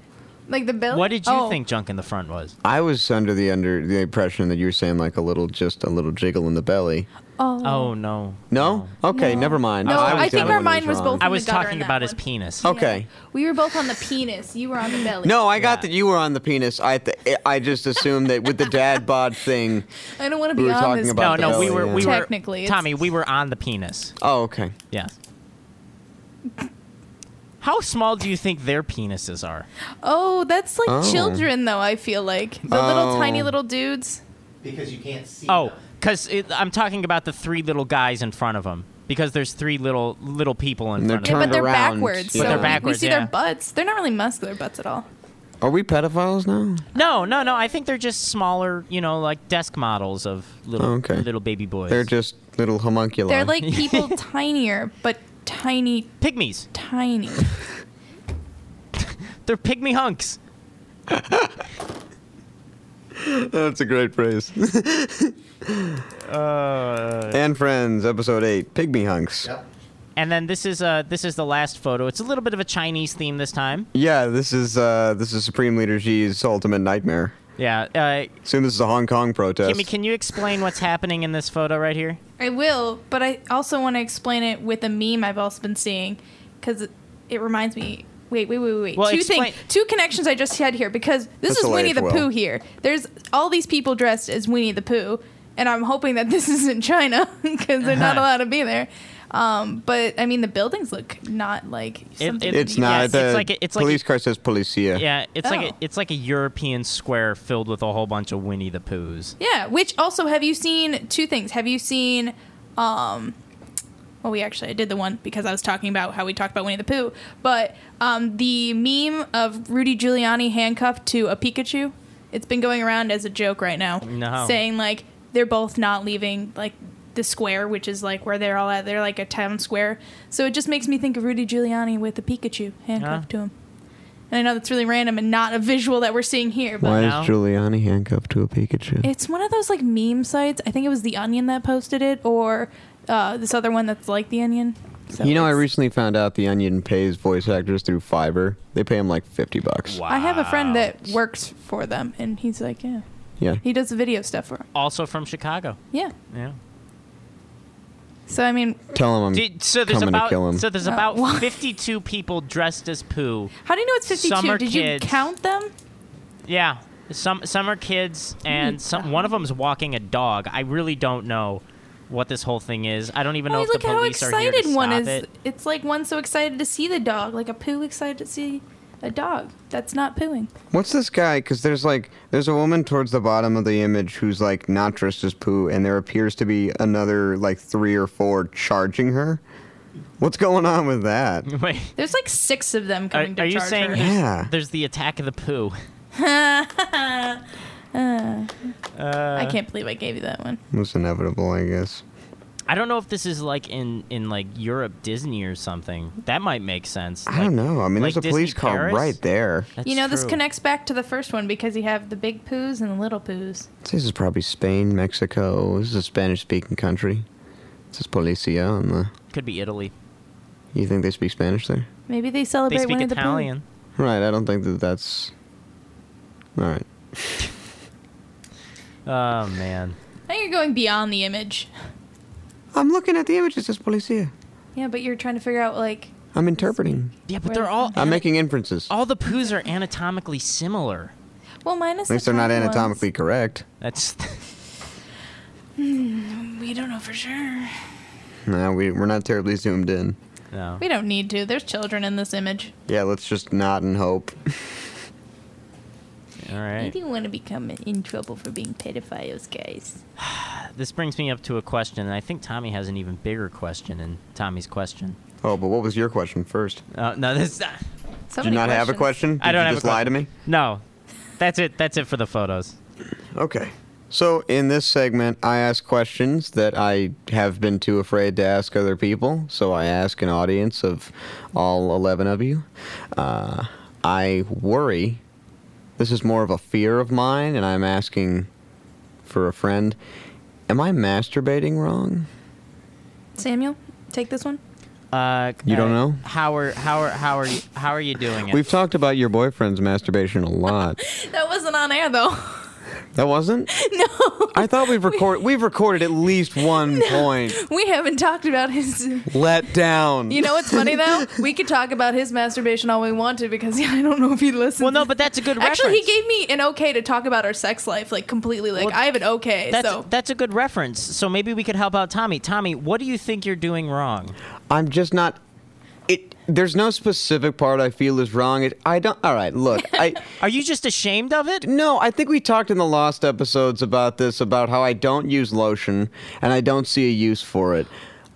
Like the belly.
What did you
Oh.
think junk in the front was?
i was under the under the impression that you were saying like a little just a little jiggle in the belly
Oh.
Oh no.
no okay
No.
never mind
No, I
was
think
the
our
one that
mind was
wrong.
both
I
in the
was
gutter
talking
in that
about his
one.
penis.
okay
We were both on the penis. You were on the belly.
no i got that you were on the penis i th- i just assumed that with the
<laughs>
dad bod thing
I don't want to
we
be
were
on
talking
this.
about
no,
the
no, we
belly,
were
yeah.
we were
Technically, it's-
Tommy, we were on the penis.
oh okay
Yes. How small do you think their penises are?
Oh, that's like
Oh.
children though. I feel like the little
Oh.
tiny little dudes.
Because you can't see.
Oh, because I'm talking about the three little guys in front of them. Because there's three little little people in
And they're
front of
Yeah, but
them.
Turned
they're
around,
backwards. So
yeah.
But they're
we
backwards,
see
yeah.
their butts. They're not really muscular butts at all.
are we pedophiles now
No, no, no. I think they're just smaller, you know, like desk models of little
Oh, okay.
little baby boys.
they're just little homunculi
They're like people tinier, but tiny,
pygmies.
tiny.
They're pygmy hunks.
<laughs> that's a great <laughs> phrase and friends episode 8 pygmy hunks
And then this is uh this is the last photo. It's a little bit of a Chinese theme this time.
Yeah, this is uh, this is Supreme Leader Xi's ultimate nightmare.
Yeah. Uh,
Assume this is a Hong Kong protest.
Kimmy, can you explain what's happening in this photo right here?
I will, but I also want to explain it with a meme I've also been seeing because it, it reminds me. Wait, wait, wait, wait, wait.
Well,
two
explain-
things, two connections I just had here because this
This'll
is Winnie
age
the
well.
Pooh here. There's all these people dressed as Winnie the Pooh, and I'm hoping that this <laughs> isn't China because they're
<laughs>
not allowed to be there. Um, but I mean, the buildings look not like something
it-
it's
yeah,
not.
it's
the
like a- it's like
police
a-
car says policia.
Yeah, it's like a,
Oh.
it's like a European square filled with a whole bunch of Winnie the Poohs.
Yeah, which also have you seen two things? Have you seen um well we actually I did the one because I was talking about how we talked about Winnie the Pooh, but um the meme of Rudy Giuliani handcuffed to a Pikachu. It's been going around as a joke right now.
No.
Saying like they're both not leaving like the square, which is like where they're all at. They're like a town square. So it just makes me think of Rudy Giuliani with a Pikachu handcuffed to him. And I know that's really random and not a visual that we're seeing here, but
Why
No.
is Giuliani handcuffed to a Pikachu?
It's one of those like meme sites. I think it was The Onion that posted it, or uh, this other one that's like The Onion. So
you know, I
it's-
recently found out the Onion pays voice actors through Fiverr. They pay them like fifty bucks.
I have a friend that works for them, and he's like, yeah,
Yeah.
he does the video stuff for them.
Also from Chicago.
Yeah.
Mm.
Yeah.
So I mean,
Tell him I'm
Did, so there's
coming
about
to kill him.
so there's
Oh, <laughs>
about
why?
52 people dressed as poo.
how do you know it's fifty-two?
Summer
Did
kids.
you count them?
Yeah, some some are kids, and some one of them's walking a dog. I really don't know what this whole thing is. I don't even
Oh,
know if
look
the
how
police are here to
excited
stop
one is.
it. <laughs>
It's like one so excited to see the dog, like a poo excited to see a dog that's not pooing.
What's this guy? Because there's like there's a woman towards the bottom of the image who's like not dressed as poo, and there appears to be another like three or four charging her. What's going on
<laughs>
with that?
Wait,
There's like six of them
are,
coming to
are
charge
you saying
her.
there's,
Yeah.
there's the attack of the poo?
Uh,
Uh,
I can't believe I gave you that one.
It was inevitable, I guess.
I don't know if this is like in in like Europe Disney or something. That might make sense.
I don't know. I mean,
like
there's a police
Disney
car
Paris?
right there.
you know, this
true.
connects back to the first one because you have the big poos and the little poos.
This is probably Spain, Mexico. This is a Spanish-speaking country. This is Policia on the.
Could be Italy.
You think they speak Spanish there?
Maybe they
They
celebrate
speak
one of the poo.
Italian.
Right. I don't think that that's. All right.
Oh man.
I think you're going beyond the image.
I'm looking at the image. It says Policia.
Yeah, but you're trying to figure out like
I'm interpreting.
Yeah, but they're all
I'm making inferences.
all the poos are anatomically similar.
well, minus
At least
the
they're not
tiny ones.
anatomically correct.
That's <laughs>
Hmm, we don't know for sure.
No, we, we're not terribly zoomed in.
no.
We don't need to. There's children in this image.
Yeah, let's just nod and hope.
All
I
right.
do want to become in trouble for being pedophiles, guys.
This brings me up to a question, and I think Tommy has an even bigger question in Tommy's question.
Oh, but what was your question first?
Uh, no, this.
<laughs>
So
Did
many
you not have a
questions.
question? Did
I don't
you
have
just
a
lie to
question.
me?
No, that's it. That's it for the photos.
Okay. So in this segment, I ask questions that I have been too afraid to ask other people. So I ask an audience of all 11 of you. Uh, I worry. This is more of a fear of mine, and I'm asking for a friend. Am I masturbating wrong?
Samuel, take this one.
Uh,
You don't
uh,
know?
how are how are how are you how are you doing it?
We've talked about your boyfriend's masturbation
<laughs>
a lot.
That wasn't on air though. <laughs>
That wasn't?
no,
I thought we've record we've recorded at
<laughs>
least one point.
we haven't talked about his. <laughs>
Let down.
You know what's funny though? We could talk about his masturbation all we want to because <laughs> I don't know if he listens.
well, no, but that's a good
Actually, he
reference.
gave me an okay to talk about our sex life, like completely. Like I have an okay,
that's
so
that's a good reference. So maybe we could help out Tommy. Tommy, what do you think you're doing wrong?
I'm just not. It there's no specific part I feel is wrong. It, I don't. All right, look.
<laughs>
I
Are you just ashamed of it?
no. I think we talked in the lost episodes about this about how I don't use lotion and I don't see a use for it.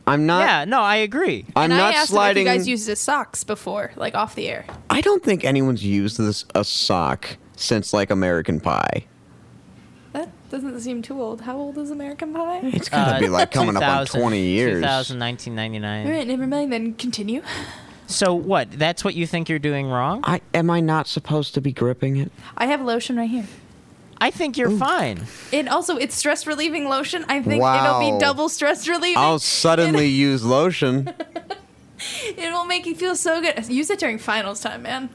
I'm not.
Yeah, no, I agree.
I'm
and I
not
asked
sliding.
him if you guys used his socks before, like off the air.
I don't think anyone's used this a sock since like American Pie.
That doesn't seem too old. How old is American Pie?
It's gotta
Uh,
be like coming up on
2000,
20 years.
2000, 1999.
All right, never mind. Then continue.
So what? That's what you think you're doing wrong?
I am I not supposed to be gripping it?
I have lotion right here.
I think you're
<laughs>
fine.
And also, it's stress relieving lotion. I think it'll
Wow.
be double stress relieving. <laughs>
I'll suddenly use lotion.
It will make you feel so good. Use it during finals time, man.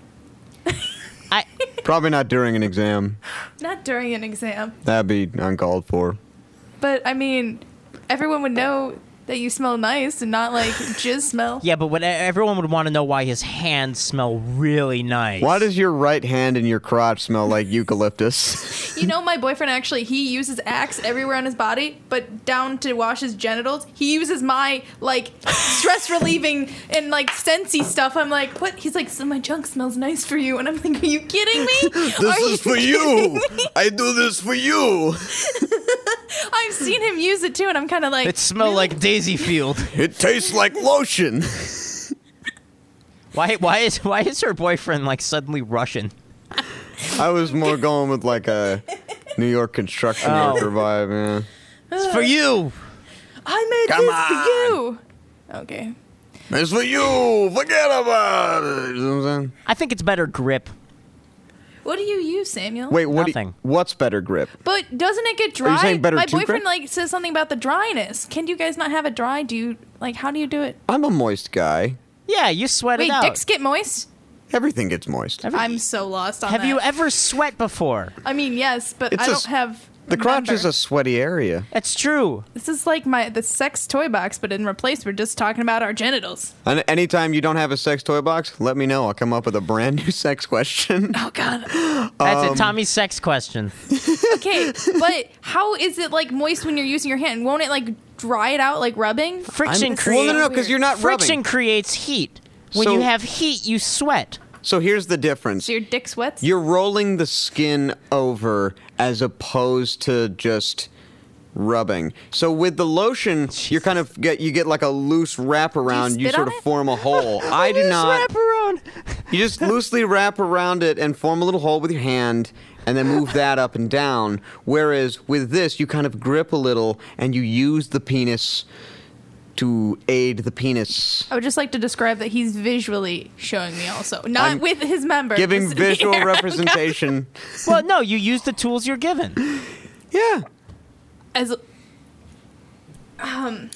I
Probably not during an exam.
Not during an exam.
That'd be uncalled for.
But I mean, everyone would know that you smell nice and not like jizz smell.
yeah, but what everyone would want to know why his hands smell really nice.
Why does your right hand and your crotch smell
<laughs>
like eucalyptus?
You know, my boyfriend actually he uses Axe everywhere on his body, but down to wash his genitals, he uses my like stress relieving and like scentsy stuff. I'm like, what? He's like, so my junk smells nice for you, and I'm like, are you kidding me?
<laughs>
Are kidding me?
I do this for you.
I've seen him use it too, and I'm kind of like,
it smell like Daisy Field? <laughs>
It tastes like lotion.
Why? Why is why is her boyfriend like suddenly Russian?
I was more going with like a New York construction
Oh.
worker vibe, yeah.
It's for you.
I made
Come
this
on.
for you. Okay.
It's for you. Forget about it. You know what I'm saying?
I think it's better grip.
What do you use, Samuel?
Wait, what? do you- what's better grip?
But doesn't it get dry?
saying better
My
toothbrush?
boyfriend like says something about the dryness. Can you guys not have it dry? Do you like how do you do it?
I'm a moist guy.
Yeah, you sweat
Wait,
it out.
dicks get moist?
Everything gets moist.
I'm so lost on
Have
that.
you ever sweat before?
I mean, yes, but
It's
I
a
don't
s-
have
The crotch
number.
is a sweaty area.
That's true.
This is like my the sex toy box, but in replace, we're just talking about our genitals.
And anytime you don't have a sex toy box, let me know. I'll come up with a brand new <laughs> sex question.
Oh God.
That's a
Um,
Tommy sex question.
<laughs> okay, but how is it like moist when you're using your hand? Won't it like dry it out like rubbing?
Friction
This is
creates
so weird.
friction creates heat. When
So-
you have heat, you sweat.
So here's the difference.
So your dick sweats.
You're rolling the skin over as opposed to just rubbing. So with the lotion, you're kind of get you get like a loose wrap around. You,
spit
sort
on
of form a hole. I do not. You just loosely wrap around it and form a little hole with your hand and then move that up and down. Whereas with this, you kind of grip a little and you use the penis to aid the penis.
I would just like to describe that he's visually showing me also, not
I'm
with his member. <laughs>
Giving
just
visual
here.
representation.
Well, no, you use the tools you're given.
Yeah.
As um,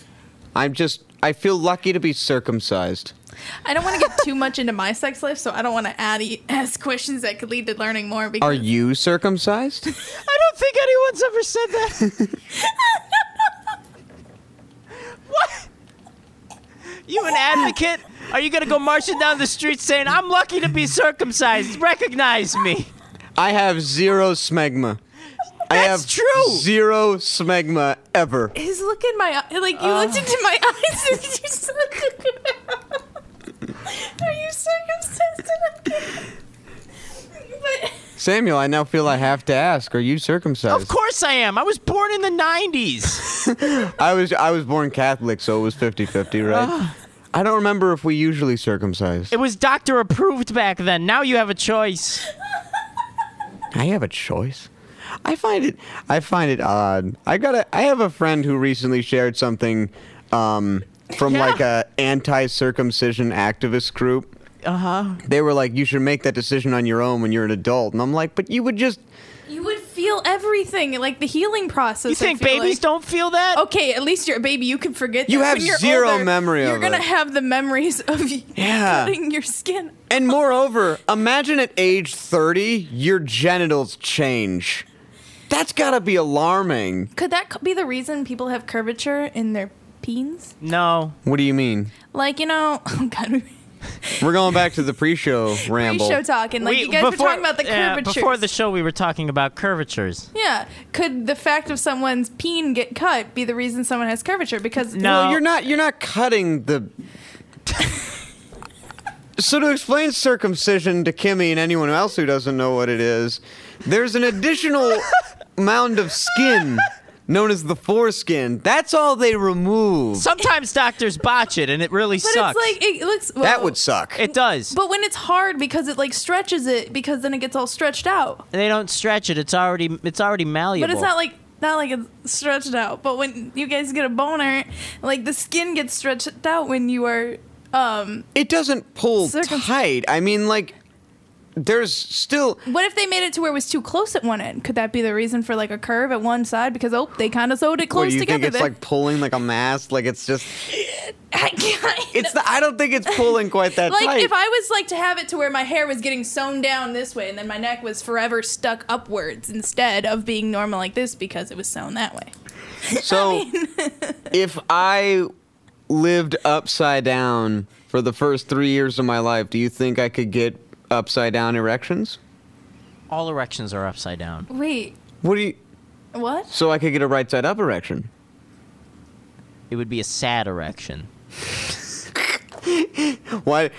I'm just, I feel lucky to be circumcised.
I don't want to get too much into my sex life, so I don't want to add e, ask questions that could lead to learning more. Because
Are
<laughs>
you circumcised?
I don't think anyone's ever said that.
<laughs>
what? You an advocate? Are you gonna go marching down the street saying, "I'm lucky to be circumcised"? Recognize me.
I have zero smegma. I have true. zero smegma ever.
His look in my eye, like you looked into my
Ah.
eyes and you said, "Are you circumcised?" but
Samuel, I now feel I have to ask, are you circumcised?
Of course I am. I was born in the '90s.
I was I was born Catholic, so it was 50-50, right?
Ah.
I don't remember if we usually circumcise.
It was doctor approved back then. Now you have a choice.
I have a choice. I find it I find it odd. I got a I have a friend who recently shared something um, from like a anti-circumcision activist group.
Uh huh.
They were like, you should make that decision on your own when you're an adult, and I'm like, but you would just
you would feel everything, like the healing process. I
You think
feel
babies
like. Oh.
don't feel that?
Okay, at least you're a baby. You can forget.
You
that.
have
When you're
zero
older,
memory of
You're gonna
it.
have the memories of you
Yeah.
cutting your skin.
And moreover, imagine at age 30, your genitals change. That's gotta be alarming.
Could that c- be the reason people have curvature in their peens?
No.
What do you mean?
Like you know, <laughs> oh god, we
We're going back to the pre-show ramble.
pre-show talking. Like you guys were talking about the
yeah,
curvature.
before the show, we were talking
<laughs>
about curvatures.
Yeah. Could the fact of someone's peen get cut be the reason someone has curvature? Because
Well, you're not you're not cutting the So to explain circumcision to Kimmy and anyone else who doesn't know what it is, there's an additional mound of skin known as the foreskin. That's all they remove.
Sometimes doctors botch it, and it really
But
sucks.
it's like it looks. Well,
that would suck.
it does.
But when it's hard, because it like stretches it, because then it gets all stretched out.
they don't stretch it. It's already it's already malleable.
But it's not like not like it's stretched out. But when you guys get a boner, like the skin gets stretched out when you are. Um,
It doesn't pull
Circum-
tight. I mean like there's still
what if they made it to where it was too close at one end? Could that be the reason for like a curve at one side? Because oh, they kind of sewed it
What
close
do you
together.
think
then.
it's like pulling like a mask? Like it's just
<laughs> I can't.
it's the, I don't think it's pulling quite that
<laughs> like
tight.
if I was like to have it to where my hair was getting sewn down this way and then my neck was forever stuck upwards instead of being normal like this because it was sewn that way. <laughs>
So if I lived upside down for the first three years of my life, do you think I could get upside down erections?
all erections are upside down.
Wait,
What do you?
what?
So I could get a right side up erection.
It would be a sad erection.
Why? <laughs>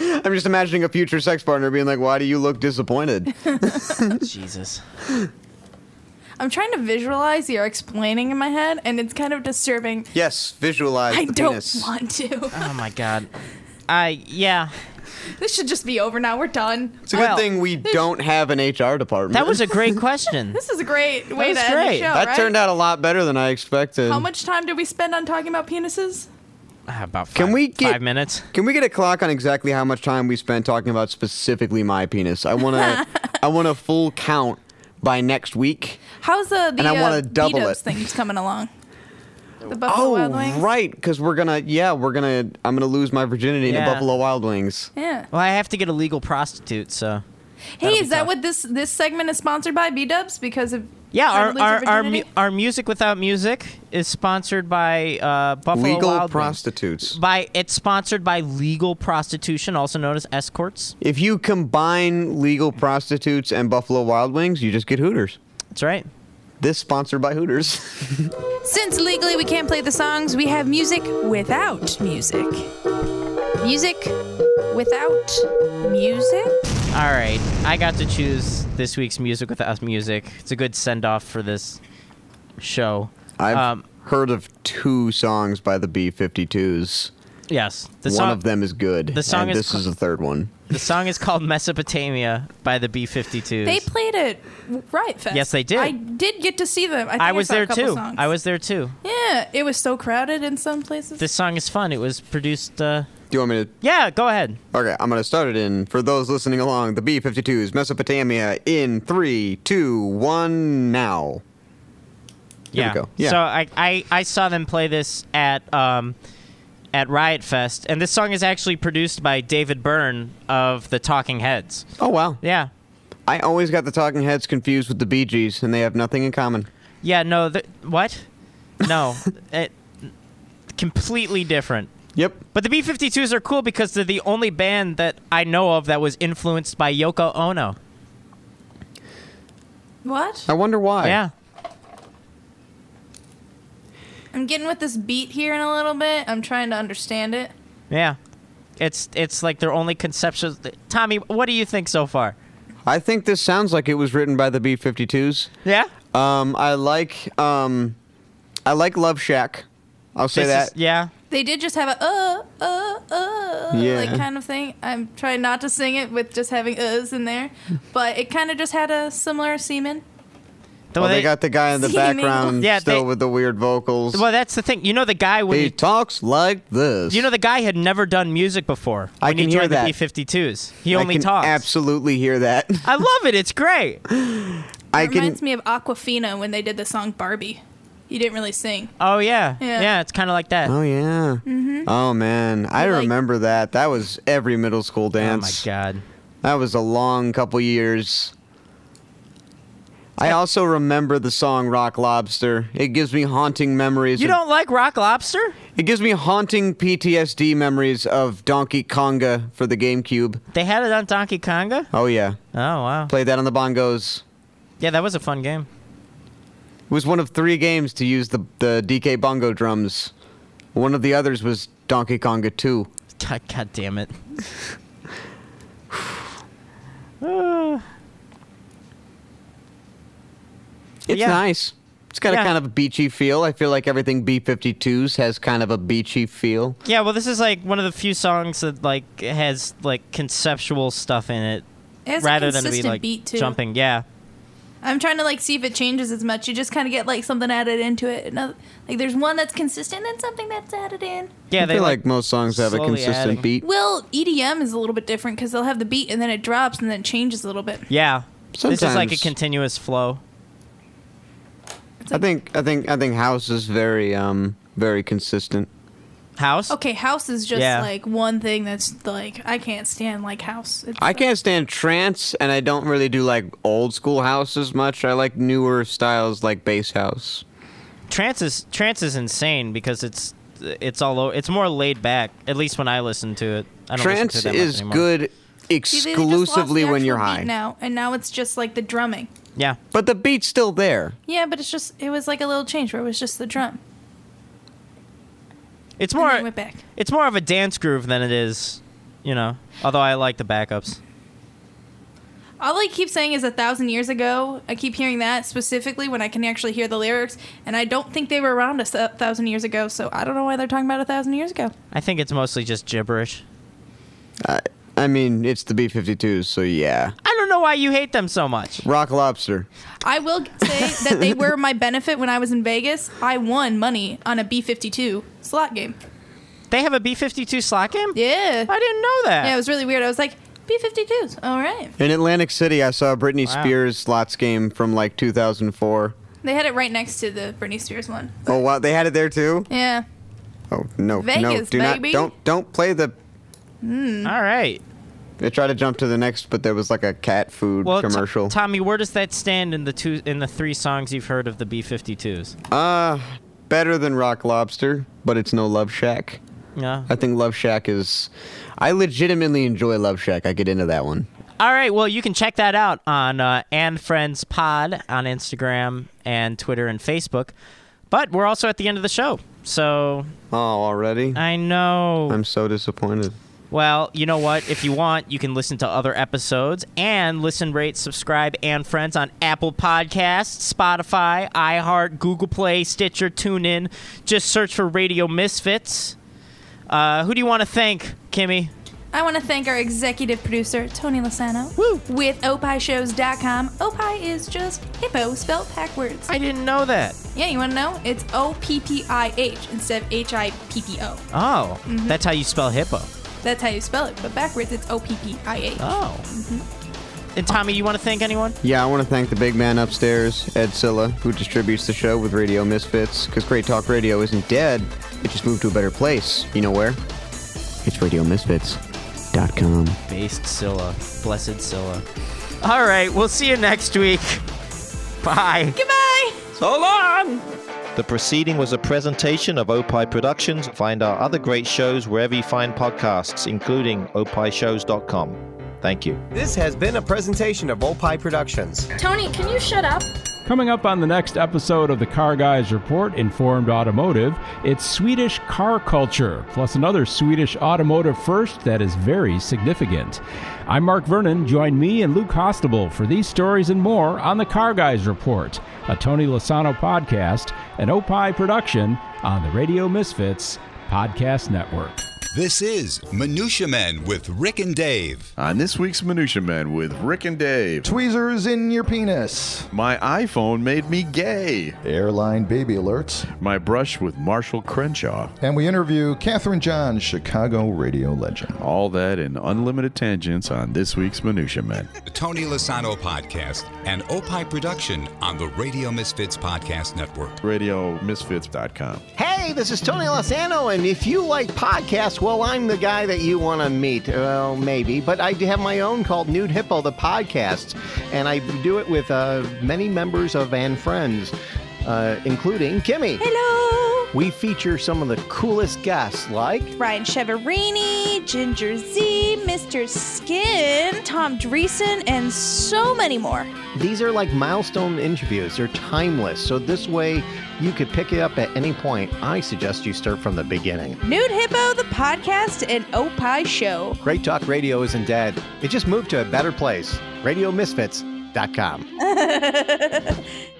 I'm just imagining a future sex partner being like, "Why do you look disappointed?"
Jesus.
I'm trying to visualize you're explaining in my head and it's kind of disturbing.
<laughs> Yes, visualize.
I
the
don't
penis.
want to. <laughs>
<laughs>
Oh my god. I yeah.
this should just be over now. We're done.
It's a good thing we don't have an HR department.
That was a
<laughs>
great question.
This is a great way
was
to end
great.
the show.
that
right?
turned out a lot better than I expected.
How much time did we spend on talking about penises?
about five,
Can we get
five minutes?
Can we get a clock on exactly how much time we spent talking about specifically my penis? I want to I want a full count by next week.
How's the the
And I
uh,
wanna double
B-dubs
it.
things coming along? The Buffalo
oh,
Wild Wings.
right, because we're gonna yeah we're gonna I'm gonna lose my virginity
Yeah.
to Buffalo Wild Wings.
Yeah.
Well, I have to get a legal prostitute, so.
Hey, is that what this this segment is sponsored by? B Dubs because of
Yeah,
trying
our
to lose your
our, our, mu-
virginity?
our music without music is sponsored by uh, Buffalo
Legal
Wild Wings.
prostitutes.
By it's sponsored by legal prostitution, also known as escorts.
If you combine legal prostitutes and Buffalo Wild Wings, you just get Hooters.
That's right.
This sponsored by Hooters. <laughs>
Since legally we can't play the songs, we have music without music. Music without music.
All right, I got to choose this week's music without music. It's a good send off for this show.
I've
Um,
heard of two songs by the B52s.
Yes, the
one
song
of them is good.
the song
and
is
this
cl-
is the third one.
The song is called Mesopotamia by the B52s.
They played it right fest.
Yes, they did.
I did get to see them. I, think
I was
saw a
there
couple
too.
songs.
I was there too.
Yeah, it was so crowded in some places.
This song is fun. It was produced. Uh,
Do you want me to?
Yeah, go ahead.
Okay, I'm gonna start it in for those listening along. The B52s, Mesopotamia, in three, two, one, now. Here
yeah.
we go. Yeah.
So I, I I saw them play this at um at Riot Fest, and this song is actually produced by David Byrne of the Talking Heads.
oh wow.
Yeah.
I always got the Talking Heads confused with the Bee Gees, and they have nothing in common.
Yeah. No. Th- what? No. <laughs> it, completely different.
Yep.
But the B52s are cool because they're the only band that I know of that was influenced by Yoko Ono.
What?
I wonder why.
Yeah.
I'm getting with this beat here in a little bit. I'm trying to understand it.
Yeah. It's it's like their only conceptual. Tommy, what do you think so far?
I think this sounds like it was written by the B52s.
Yeah.
Um, I like um, I like Love Shack. I'll say
This
that.
is- yeah.
They did just have a uh uh uh
Yeah.
like kind of thing. I'm trying not to sing it with just having uhs in there, but it kind of just had a similar semen.
well, Oh, they, got the
<laughs>
guy in the
See, man.
background
Yeah,
still
they-
with the weird vocals.
Well, that's the thing. You know, the guy when
he
he,
talks like this.
you know the guy had never done music before.
I
when
can
he
hear
joined
that.
the B52s. He
I
only
can
talks.
Absolutely hear that. <laughs>
I love it. It's great.
I
It
can.
reminds me of Aquafina when they did the song Barbie. He didn't really sing.
Oh yeah.
Yeah.
Yeah. it's kind of like that.
Oh yeah.
Mm-hmm.
Mhm.
Oh man, I
Like-
remember that. That was every middle school
Oh, my
dance.
god.
That was a long couple years. I also remember the song Rock Lobster. It gives me haunting memories.
You
of-
don't like Rock Lobster?
It gives me haunting PTSD memories of Donkey Konga for the GameCube.
They had it on Donkey Konga.
Oh yeah.
Oh wow.
Played that on the bongos.
Yeah, that was a fun game. <laughs>
It was one of three games to use the, the DK bongo drums. One of the others was Donkey Konga 2.
God, god damn
<sighs>
it. Uh,
It's
Yeah.
nice. It's got
Yeah.
a kind of a beachy feel. I feel like everything B52s has kind of a beachy feel.
yeah, well, this is like one of the few songs that like has like conceptual stuff in it,
It has a
rather than to be
consistent
like
beat, too.
jumping. Yeah.
I'm trying to like see if it changes as much. You just kind of get like something added into it. Another, like there's one that's consistent and something that's added in.
Yeah,
I
they
feel like, most songs have a
slowly
consistent
adding.
beat.
Well, EDM is a little bit different because they'll have the beat and then it drops and then it changes a little bit.
Yeah. This is like a
Sometimes.
continuous flow.
I think I think I think house is very um very consistent.
House?
Okay, house is just
Yeah.
like one thing that's like I can't stand like house. It's,
I can't stand trance, and I don't really do like old school house as much. I like newer styles like bass house.
Trance is trance is insane because it's it's all o- it's more laid back. At least when I listen to it, I don't listen to it
Trance
that much
is
anymore.
good
See, they just lost the
exclusively when
actual
you're
beat
high,
now, and now it's just like the drumming.
Yeah,
but the beat's still there.
Yeah, but it's just it was like a little change where it was just the drum.
it's
and then it
more
went back.
it's more of a dance groove than it is, you know. Although I like the backups.
All I keep saying is a thousand years ago. I keep hearing that specifically when I can actually hear the lyrics, and I don't think they were around us a thousand years ago. So I don't know why they're talking about a thousand years ago.
I think it's mostly just gibberish.
I, I mean, it's the B52s, so yeah.
I don't know why you hate them so much.
Rock Lobster.
I will <laughs> say that they were my benefit when I was in Vegas. I won money on a B fifty two slot game.
They have a B 52 slot game?
Yeah.
I didn't know that.
Yeah, it was really weird. I was like, B 52s. All right.
In Atlantic City, I saw a Britney
Wow.
Spears slots game from like 2004.
They had it right next to the Britney Spears one.
Oh wow, they had it there too.
Yeah.
Oh no, no,
Vegas,
do
baby.
not, don't, don't play the.
Mm.
All right.
They tried to jump to the next, but there was like a cat food
Well, T-
commercial.
Tommy, where does that stand in the two in the three songs you've heard of the B 52s?
uh, better than Rock Lobster, but it's no Love Shack.
Yeah.
I think Love Shack is. I legitimately enjoy Love Shack. I get into that one.
All right. Well, you can check that out on uh, and Friends Pod on Instagram and Twitter and Facebook. But we're also at the end of the show, so
Oh, already?
I know.
I'm so disappointed.
Well, you know what? If you want, you can listen to other episodes and listen, rate, subscribe, and friends on Apple Podcasts, Spotify, iHeart, Google Play, Stitcher, TuneIn. Just search for Radio Misfits. Uh, who do you want to thank, Kimmy?
I want to thank our executive producer, Tony Lasano, with opishows.com. Opie is just hippo spelled backwards.
I didn't know that.
Yeah, you want to know? It's O P P I H instead of H I P P O.
Oh,
Mhm.
that's how you spell hippo.
That's how you spell it, but backwards it's O P P I H.
Oh.
Mhm.
And Tommy, you want to thank anyone?
Yeah, I want to thank the big man upstairs, Ed Silla, who distributes the show with Radio Misfits, because Great Talk Radio isn't dead. It just moved to a better place. You know where? It's RadioMisfits.com.
Based Scylla. Blessed Scylla. All right, we'll see you next week. Bye.
Goodbye.
So long.
The proceeding was a presentation of Opie Productions. Find our other great shows wherever you find podcasts, including opishows.com. Thank you.
This has been a presentation of Opie Productions.
Tony, can you shut up?
Coming up on the next episode of the Car Guys Report Informed Automotive, it's Swedish car culture, plus another Swedish automotive first that is very significant. I'm Mark Vernon. Join me and Luke Hostable for these stories and more on the Car Guys Report, a Tony Lasano podcast, an Opie production on the Radio Misfits Podcast Network.
This is Minutia Men with Rick and Dave.
On this week's Minutia Men with Rick and Dave.
Tweezers in your penis.
My iPhone made me gay.
Airline baby alerts.
My brush with Marshall Crenshaw.
And we interview Katherine John, Chicago radio legend.
All that and unlimited tangents on this week's Minutia Men.
The Tony Lasano Podcast, an Opie production on the Radio Misfits Podcast Network.
RadioMisfits.com.
Hey, this is Tony Lozano, and if you like podcasts, well, I'm the guy that you want to meet. Well, maybe, but I do have my own called Nude Hippo, the podcast, and I do it with uh, many members of and friends, uh, including Kimmy.
Hello.
We feature some of the coolest guests, like
Ryan Cheverini, Ginger Z, Mr. Skin, Tom Dreesen, and so many more.
These are like milestone interviews. They're timeless. So this way you could pick it up at any point. I suggest you start from the beginning.
Nude Hippo, the podcast, and Opie
<laughs>
Show.
Great Talk Radio isn't dead. It just moved to a better place. RadioMisfits.com.